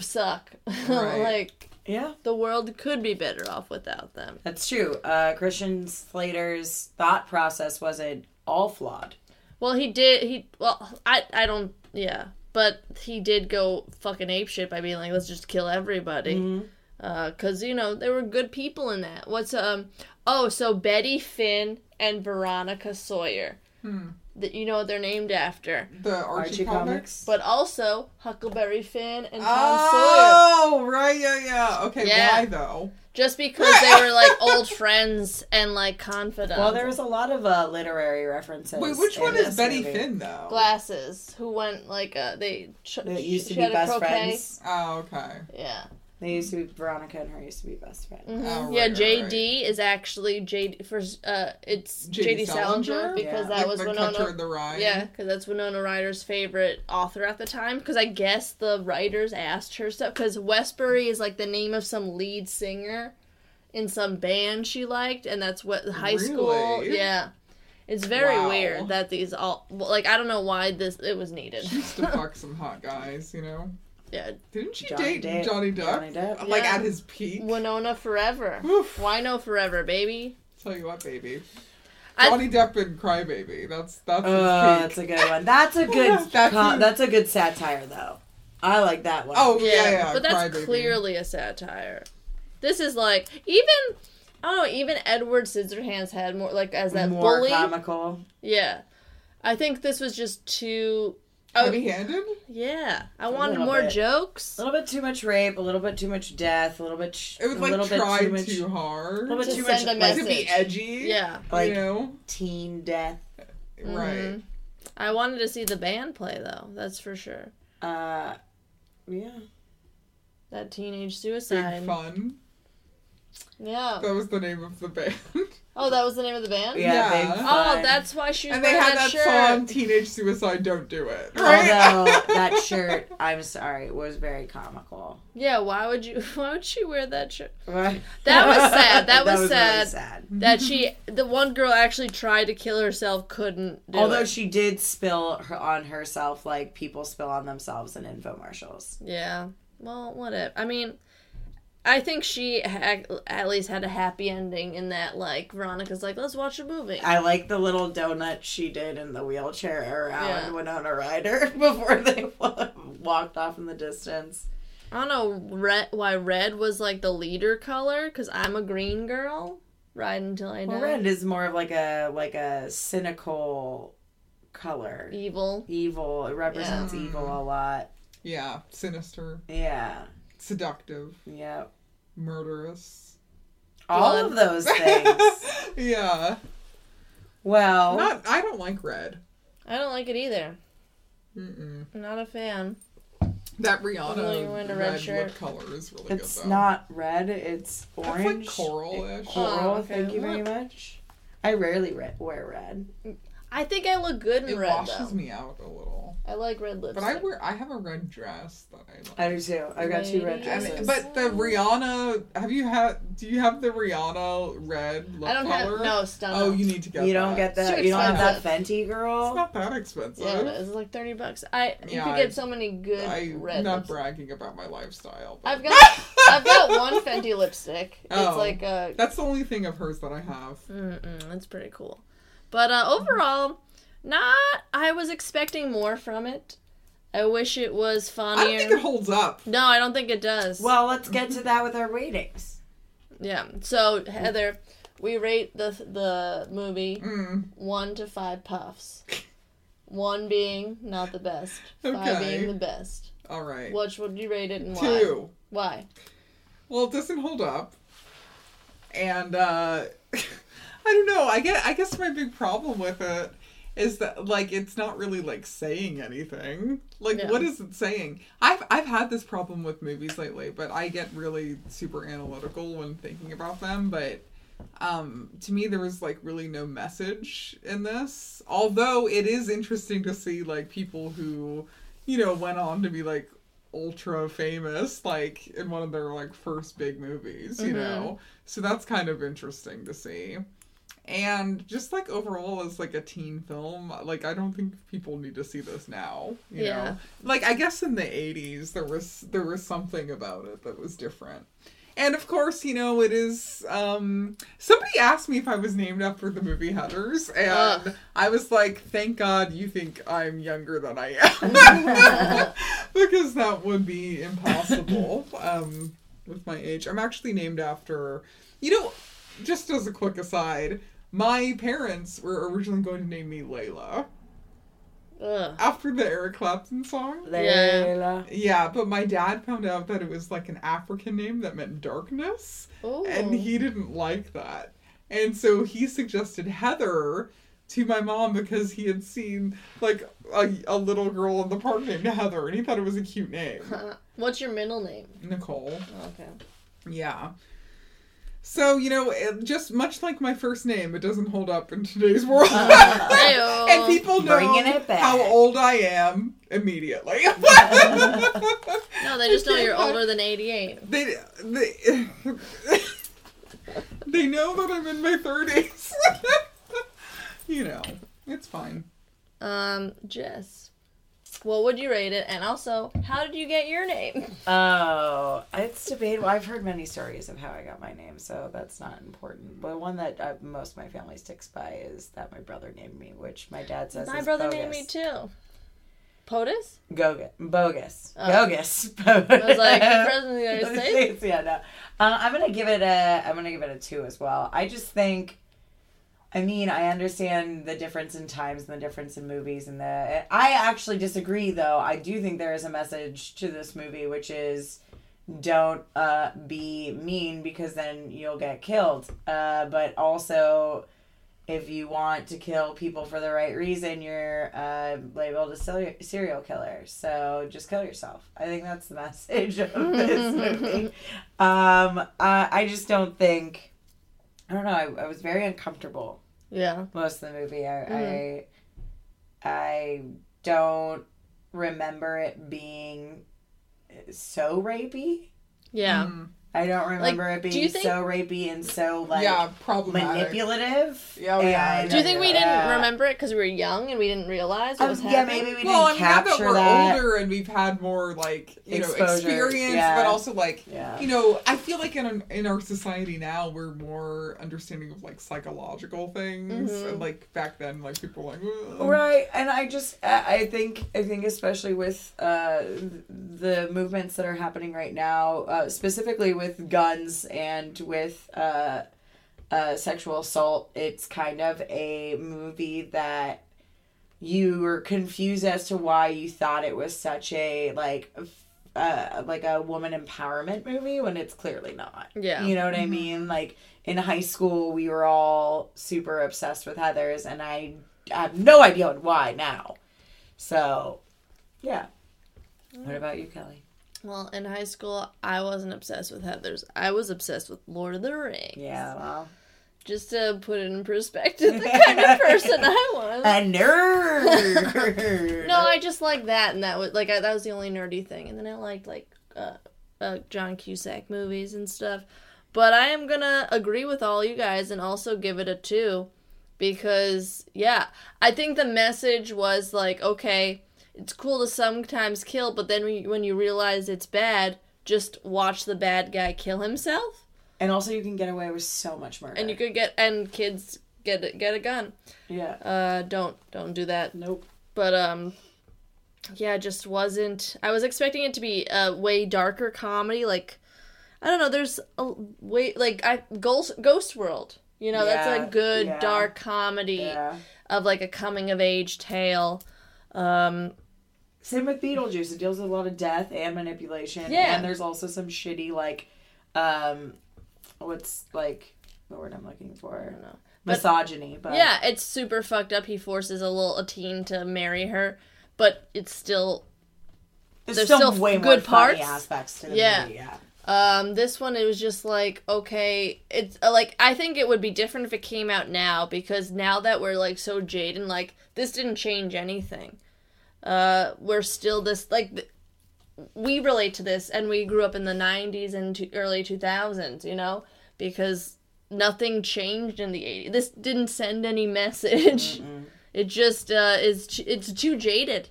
Speaker 2: suck.
Speaker 4: Right.
Speaker 2: like
Speaker 3: Yeah,
Speaker 2: the world could be better off without them.
Speaker 3: that's true. Uh, Christian Slater's thought process wasn't all flawed.
Speaker 2: Well, he did he well, I I don't yeah, but he did go fucking apeshit by being like, let's just kill everybody.
Speaker 4: Mm-hmm.
Speaker 3: Mm-hmm.
Speaker 2: Uh, cause you know there were good people in that. What's um? Oh, so Betty Finn and Veronica Sawyer.
Speaker 4: Hmm.
Speaker 2: That you know what they're named after.
Speaker 4: The Archie,
Speaker 3: Archie
Speaker 4: comics.
Speaker 3: comics.
Speaker 2: but also Huckleberry Finn and Tom Sawyer.
Speaker 4: Oh, right, yeah, yeah. Okay,
Speaker 2: Yeah.
Speaker 4: why though?
Speaker 2: Just because they were like old friends and like confidants.
Speaker 3: well, there was a lot of uh, literary references.
Speaker 4: Wait, which
Speaker 3: in
Speaker 4: one is
Speaker 3: this
Speaker 4: Betty
Speaker 3: movie
Speaker 4: Finn though?
Speaker 2: glasses who went like uh, they. Ch-
Speaker 3: That used to
Speaker 2: she
Speaker 3: be
Speaker 2: had a
Speaker 3: best
Speaker 2: croquet.
Speaker 3: friends.
Speaker 4: Oh, okay.
Speaker 2: Yeah.
Speaker 3: They used to be Veronica and her used to be best friends.
Speaker 2: Mhm.
Speaker 4: Oh, right,
Speaker 2: yeah,
Speaker 4: right,
Speaker 2: JD is actually JD for uh it's JD,
Speaker 4: J.D.
Speaker 2: Salinger,
Speaker 4: Salinger?
Speaker 2: because that
Speaker 3: Yeah.
Speaker 4: like
Speaker 2: was
Speaker 4: the Catcher in
Speaker 2: Winona
Speaker 4: the Rye.
Speaker 2: Yeah, cuz that's Winona Ryder's favorite author at the time cuz I guess the writers asked her stuff cuz Westbury is like the name of some lead singer in some band she liked and that's what high school
Speaker 4: Really?
Speaker 2: yeah. It's very
Speaker 4: Wow.
Speaker 2: weird that these all well, like I don't know why this it was needed.
Speaker 4: She used to fuck some hot guys, you know.
Speaker 2: yeah,
Speaker 4: Didn't she
Speaker 3: Johnny
Speaker 4: date
Speaker 3: Depp.
Speaker 4: Johnny Depp?
Speaker 3: Johnny Depp.
Speaker 4: Like
Speaker 2: Yeah.
Speaker 4: at his peak.
Speaker 2: Winona forever.
Speaker 4: Oof.
Speaker 2: Wino forever, baby.
Speaker 4: Tell you what, baby.
Speaker 2: I-
Speaker 4: Johnny Depp and Crybaby. That's that's his
Speaker 3: Oh,
Speaker 4: peak.
Speaker 3: that's a good one. That's a good.
Speaker 4: That's
Speaker 3: co-
Speaker 4: a-
Speaker 3: that's a good satire though. I like that one.
Speaker 4: Oh yeah, yeah.
Speaker 2: but that's
Speaker 4: Crybaby.
Speaker 2: clearly a satire. This is like even I don't know, even Edward Scissorhands had more like as that
Speaker 3: more
Speaker 2: bully.
Speaker 3: comical.
Speaker 2: Yeah, I think this was just too. Oh
Speaker 4: Heavy handed?
Speaker 2: yeah, I wanted
Speaker 3: little
Speaker 2: more
Speaker 3: bit. Oh,
Speaker 2: jokes.
Speaker 3: A little bit too much rape. A little bit too much death. A little bit. Sh-
Speaker 4: It would
Speaker 3: a
Speaker 4: like
Speaker 3: little
Speaker 4: try
Speaker 3: bit too
Speaker 4: too,
Speaker 3: much.
Speaker 4: hard.
Speaker 3: little bit
Speaker 2: To
Speaker 3: too much.
Speaker 2: send a
Speaker 3: like,
Speaker 4: to be edgy.
Speaker 2: Yeah, Mm-hmm.
Speaker 4: you
Speaker 3: Like-
Speaker 4: know?
Speaker 3: teen death.
Speaker 4: Right.
Speaker 2: I wanted to see the band play though. That's for sure.
Speaker 3: Uh, yeah.
Speaker 2: That teenage
Speaker 4: Big
Speaker 2: suicide.
Speaker 4: fun.
Speaker 2: Yeah.
Speaker 4: That was the name of the band.
Speaker 2: Oh, that was the name of the band.
Speaker 3: Yeah.
Speaker 4: Yeah.
Speaker 3: Big
Speaker 2: Oh,
Speaker 3: fun.
Speaker 2: that's why she was
Speaker 4: and they
Speaker 2: wearing
Speaker 4: had
Speaker 2: that,
Speaker 4: that,
Speaker 2: shirt.
Speaker 4: song Teenage Suicide Don't Do It.
Speaker 3: Although that shirt, I'm sorry, was very comical.
Speaker 2: Yeah, why would you? Why would she wear that shirt?
Speaker 3: That was
Speaker 2: That was sad. That was,
Speaker 3: really
Speaker 2: sad.
Speaker 3: sad.
Speaker 2: that she the one girl actually tried to kill herself couldn't do
Speaker 3: Although
Speaker 2: it.
Speaker 3: she did spill her on herself, like people spill on themselves in infomercials.
Speaker 2: yeah well whatever i mean i think she ha- at least had a happy ending in that like veronica's like let's watch a movie
Speaker 3: I like the little donut she did in the wheelchair around
Speaker 2: Yeah.
Speaker 3: Winona Ryder before they wa- walked off in the distance.
Speaker 2: i don't know red, why red was like the leader color because i'm a green girl right until i die
Speaker 3: Well, red is more of like a like a cynical color.
Speaker 2: evil
Speaker 3: Evil. It represents
Speaker 4: Yeah.
Speaker 3: evil a lot.
Speaker 4: Yeah. Sinister,
Speaker 3: Yeah.
Speaker 4: seductive,
Speaker 3: Yep.
Speaker 4: murderous.
Speaker 3: All
Speaker 2: Blood.
Speaker 3: of those things.
Speaker 4: yeah.
Speaker 3: well,
Speaker 4: Not I don't like red.
Speaker 2: i don't like it either
Speaker 4: Mm-mm.
Speaker 2: I'm not a fan
Speaker 4: That
Speaker 2: Well, you're
Speaker 4: Rihanna
Speaker 2: wearing a
Speaker 4: red,
Speaker 2: red
Speaker 4: lip
Speaker 2: shirt.
Speaker 4: color is really
Speaker 3: it's
Speaker 4: good though.
Speaker 3: not red. It's
Speaker 4: like
Speaker 3: orange.
Speaker 4: coral-ish.
Speaker 3: Coral.
Speaker 2: Oh, okay.
Speaker 3: Thank you very
Speaker 2: Look.
Speaker 3: much. I rarely re- wear red.
Speaker 2: i think i look good in
Speaker 4: it
Speaker 2: red
Speaker 4: washes
Speaker 2: though
Speaker 4: me out a little.
Speaker 2: i like red lipstick
Speaker 4: But I wear I have a red dress that I like.
Speaker 3: I do too. I've got two red
Speaker 2: Ladies.
Speaker 3: dresses.
Speaker 4: And- but the Rihanna, have you had? Do you have the Rihanna red lip
Speaker 2: I don't
Speaker 4: color?
Speaker 2: have no stunner.
Speaker 4: Oh, you need to get.
Speaker 3: you don't get
Speaker 4: that.
Speaker 2: It's
Speaker 3: that.
Speaker 2: too
Speaker 3: You don't have that Fenty
Speaker 4: It's
Speaker 3: girl.
Speaker 4: not that expensive.
Speaker 2: Yeah, it is. It's like thirty bucks. I you
Speaker 4: Yeah,
Speaker 2: could
Speaker 4: I-
Speaker 2: get so many good
Speaker 4: I'm
Speaker 2: red.
Speaker 4: not
Speaker 2: lips-
Speaker 4: bragging about my lifestyle. But
Speaker 2: I've got I've got one Fenty lipstick. It's
Speaker 4: Oh.
Speaker 2: like a
Speaker 4: That's the only thing of hers that I have.
Speaker 2: mm-mm, that's pretty cool. But uh,
Speaker 4: Mm-hmm.
Speaker 2: overall, not. I was expecting more from it. I wish it was
Speaker 4: I don't think it
Speaker 2: funnier.
Speaker 4: holds up.
Speaker 2: No, I don't think it does.
Speaker 3: Well, let's get to that with our ratings.
Speaker 2: yeah. So Heather, we rate the the movie
Speaker 4: Mm.
Speaker 2: one to five puffs. One being not the best, five
Speaker 4: Okay.
Speaker 2: being the best.
Speaker 4: All right.
Speaker 2: Which would you rate it and why?
Speaker 4: Two.
Speaker 2: Why?
Speaker 4: Well, it doesn't hold up, and uh, I don't know. I get. I guess my big problem with it is that like it's not really like saying anything. Like,
Speaker 2: Yeah.
Speaker 4: what is it saying? I've I've had this problem with movies lately, but I get really super analytical when thinking about them. But um, to me, there was like really no message in this. Although it is interesting to see like people who, you know, went on to be like ultra famous, like in one of their like first big movies, you know. So that's kind of interesting to see. And just like overall as like a teen film, like I don't think people need to see this now. You
Speaker 2: Yeah.
Speaker 4: know? Like I guess in the eighties there was there was something about it that was different. And of course, you know, it is um somebody asked me if I was named after the movie Heathers and
Speaker 2: Ugh.
Speaker 4: I was like, Thank God you think I'm younger than I am Because that would be impossible, um, with my age. I'm actually named after you know, just as a quick aside, my parents were originally going to name me Layla
Speaker 2: Ugh.
Speaker 4: after the Eric Clapton song.
Speaker 3: Layla.
Speaker 4: Yeah, but my dad found out that it was like an African name that meant darkness,
Speaker 2: Ooh.
Speaker 4: and
Speaker 3: Oh.
Speaker 4: he didn't like that. And so he suggested Heather to my mom because he had seen like a, a little girl in the park named Heather, and he thought it was a cute name.
Speaker 3: Oh,
Speaker 2: Huh. What's your middle name?
Speaker 4: Nicole.
Speaker 2: Okay.
Speaker 4: Yeah. So, you know, it, just much like my first name, it doesn't hold up in today's world.
Speaker 2: Ayo.
Speaker 4: and people know
Speaker 3: Bringing it back.
Speaker 4: how old I am immediately.
Speaker 2: No, they just know you're older than 88.
Speaker 4: they, they, they know that I'm in my 30s. you know, it's fine.
Speaker 2: Um, Jess, what would you rate it? And also, how did you get your name?
Speaker 3: Oh, it's debatable. I've heard many stories of how I got my name, so that's not important. But one that uh most of my family sticks by is that my brother named me, which my dad says
Speaker 2: My
Speaker 3: is
Speaker 2: brother
Speaker 3: bogus.
Speaker 2: named me too. POTUS?
Speaker 3: Goga- bogus.
Speaker 2: Oh.
Speaker 3: Bogus. Bogus. I
Speaker 2: was like, President of the United States?
Speaker 3: yeah, no. Uh, I'm gonna give it a. I'm gonna give it a two as well. I just think. I mean, I understand the difference in times and the difference in movies and the. I actually disagree, though. I do think there is a message to this movie, which is don't uh, be mean because then you'll get killed. Uh, but also, if you want to kill people for the right reason, you're uh, labeled a cel- serial killer. So just kill yourself. I think that's the message of this movie. Um, uh, I just don't think. I don't know. I, I was very uncomfortable
Speaker 2: Yeah.
Speaker 3: most of the movie. I
Speaker 2: Mm-hmm.
Speaker 3: I, I don't remember it being so rapey.
Speaker 2: Yeah.
Speaker 3: Mm-hmm.
Speaker 4: Mm,
Speaker 3: I don't remember it
Speaker 2: do
Speaker 3: being
Speaker 2: you think-
Speaker 3: so rapey and so like
Speaker 4: yeah, problematic.
Speaker 3: manipulative.
Speaker 4: Yeah, oh, yeah,
Speaker 3: and-
Speaker 2: Do you think we didn't
Speaker 3: Yeah.
Speaker 2: remember it because we were young and we didn't realize what
Speaker 3: Um,
Speaker 2: was
Speaker 3: yeah,
Speaker 2: happening?
Speaker 3: maybe we
Speaker 4: well, I
Speaker 3: didn't
Speaker 4: mean, now
Speaker 3: capture
Speaker 4: that we're
Speaker 3: that.
Speaker 4: older and we've had more like you know
Speaker 3: Exposure,
Speaker 4: experience,
Speaker 3: yeah.
Speaker 4: but also like
Speaker 3: Yeah.
Speaker 4: you know, I feel like in in our society now we're more understanding of like psychological things,
Speaker 3: Mm-hmm.
Speaker 2: Mhm.
Speaker 4: and like back then, like people were like "Ugh."
Speaker 3: Right, and I just I I think I think especially with uh, the movements that are happening right now, uh, specifically with guns and with uh, uh, sexual assault, it's kind of a movie that you were confused as to why you thought it was such a like f- uh, like a woman empowerment movie when it's clearly not.
Speaker 2: Yeah. Mm-hmm.
Speaker 3: You know what I mean? Like in high school, we were all super obsessed with Heather's, and I have no idea why now. So, yeah. What about you, Kelly?
Speaker 2: Well, in high school, I wasn't obsessed with Heather's. I was obsessed with Lord of the Rings.
Speaker 3: Yeah, well,
Speaker 2: Just to put it in perspective, the kind of person I was.
Speaker 3: a nerd.
Speaker 2: No, I just like that, and that was like I, that was the only nerdy thing. And then I liked like uh, uh, John Cusack movies and stuff. But I am gonna agree with all you guys and also give it a two because yeah, I think the message was like okay, it's cool to sometimes kill, but then when you, when you realize it's bad, just watch the bad guy kill himself,
Speaker 3: and also, you can get away with so much murder.
Speaker 2: and you could get and kids get a- get a gun.
Speaker 3: yeah.
Speaker 2: Uh, don't don't do that
Speaker 3: Nope.
Speaker 2: but um yeah it just wasn't i was expecting it to be a way darker comedy like i don't know there's a way like i ghost ghost world you know that's
Speaker 3: Yeah,
Speaker 2: a good
Speaker 3: yeah.
Speaker 2: dark comedy
Speaker 3: Yeah.
Speaker 2: of like a coming of age tale um
Speaker 3: Same with Beetlejuice. It deals with a lot of death and manipulation.
Speaker 2: Yeah.
Speaker 3: And there's also some shitty like, um, what's like the word I'm looking for?
Speaker 2: know. But-
Speaker 3: Misogyny. But
Speaker 2: yeah it's super fucked up he forces a little a teen to marry her but it's still
Speaker 3: there's,
Speaker 2: There's
Speaker 3: still,
Speaker 2: still
Speaker 3: way
Speaker 2: good
Speaker 3: more funny
Speaker 2: parts.
Speaker 3: aspects to the
Speaker 2: Yeah.
Speaker 3: movie. Yeah.
Speaker 2: Um, this one it was just like okay, it's uh, like I think it would be different if it came out now because now that we're like so jaded, like this didn't change anything. Uh, we're still this like th- we relate to this, and we grew up in the '90s and to early 2000s, you know, because nothing changed in the '80s. This didn't send any message. It just uh, is t- it's too jaded,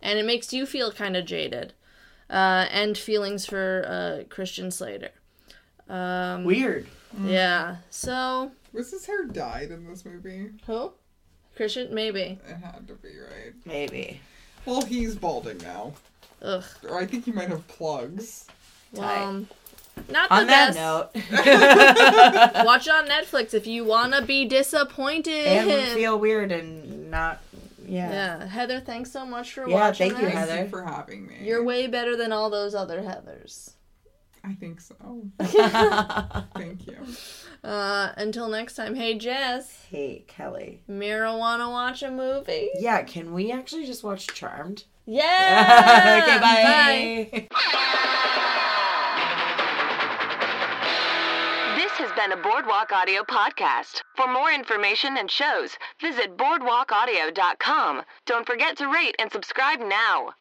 Speaker 2: and it makes you feel kind of jaded uh, and feelings for uh, Christian Slater. Um,
Speaker 3: Weird.
Speaker 2: yeah. So
Speaker 4: Was his hair dyed in this movie?
Speaker 2: who? Christian? Maybe.
Speaker 4: It had to be, right?
Speaker 3: Maybe.
Speaker 4: Well, he's balding now.
Speaker 2: Ugh.
Speaker 4: Or I think he might have plugs.
Speaker 2: Well, um, not the
Speaker 3: On that uh,
Speaker 2: best.
Speaker 3: note,
Speaker 2: Watch it on Netflix if you wanna be disappointed.
Speaker 3: and we feel weird and not. Yeah.
Speaker 2: yeah, Heather, thanks so much for
Speaker 3: Yeah,
Speaker 2: watching.
Speaker 3: thank you,
Speaker 2: us.
Speaker 4: Thank
Speaker 3: Heather.
Speaker 4: you for having me.
Speaker 2: You're way better than all those other Heathers.
Speaker 4: I think so. Thank you.
Speaker 2: Uh, until next time, hey Jess,
Speaker 3: hey, Kelly.
Speaker 2: Mira wanna watch a movie?
Speaker 3: Yeah, can we actually just watch Charmed?
Speaker 2: Yeah.
Speaker 3: okay,
Speaker 2: Bye.
Speaker 3: bye.
Speaker 1: This has been a Boardwalk Audio podcast. For more information and shows, visit boardwalkaudio.com. Don't forget to rate and subscribe now.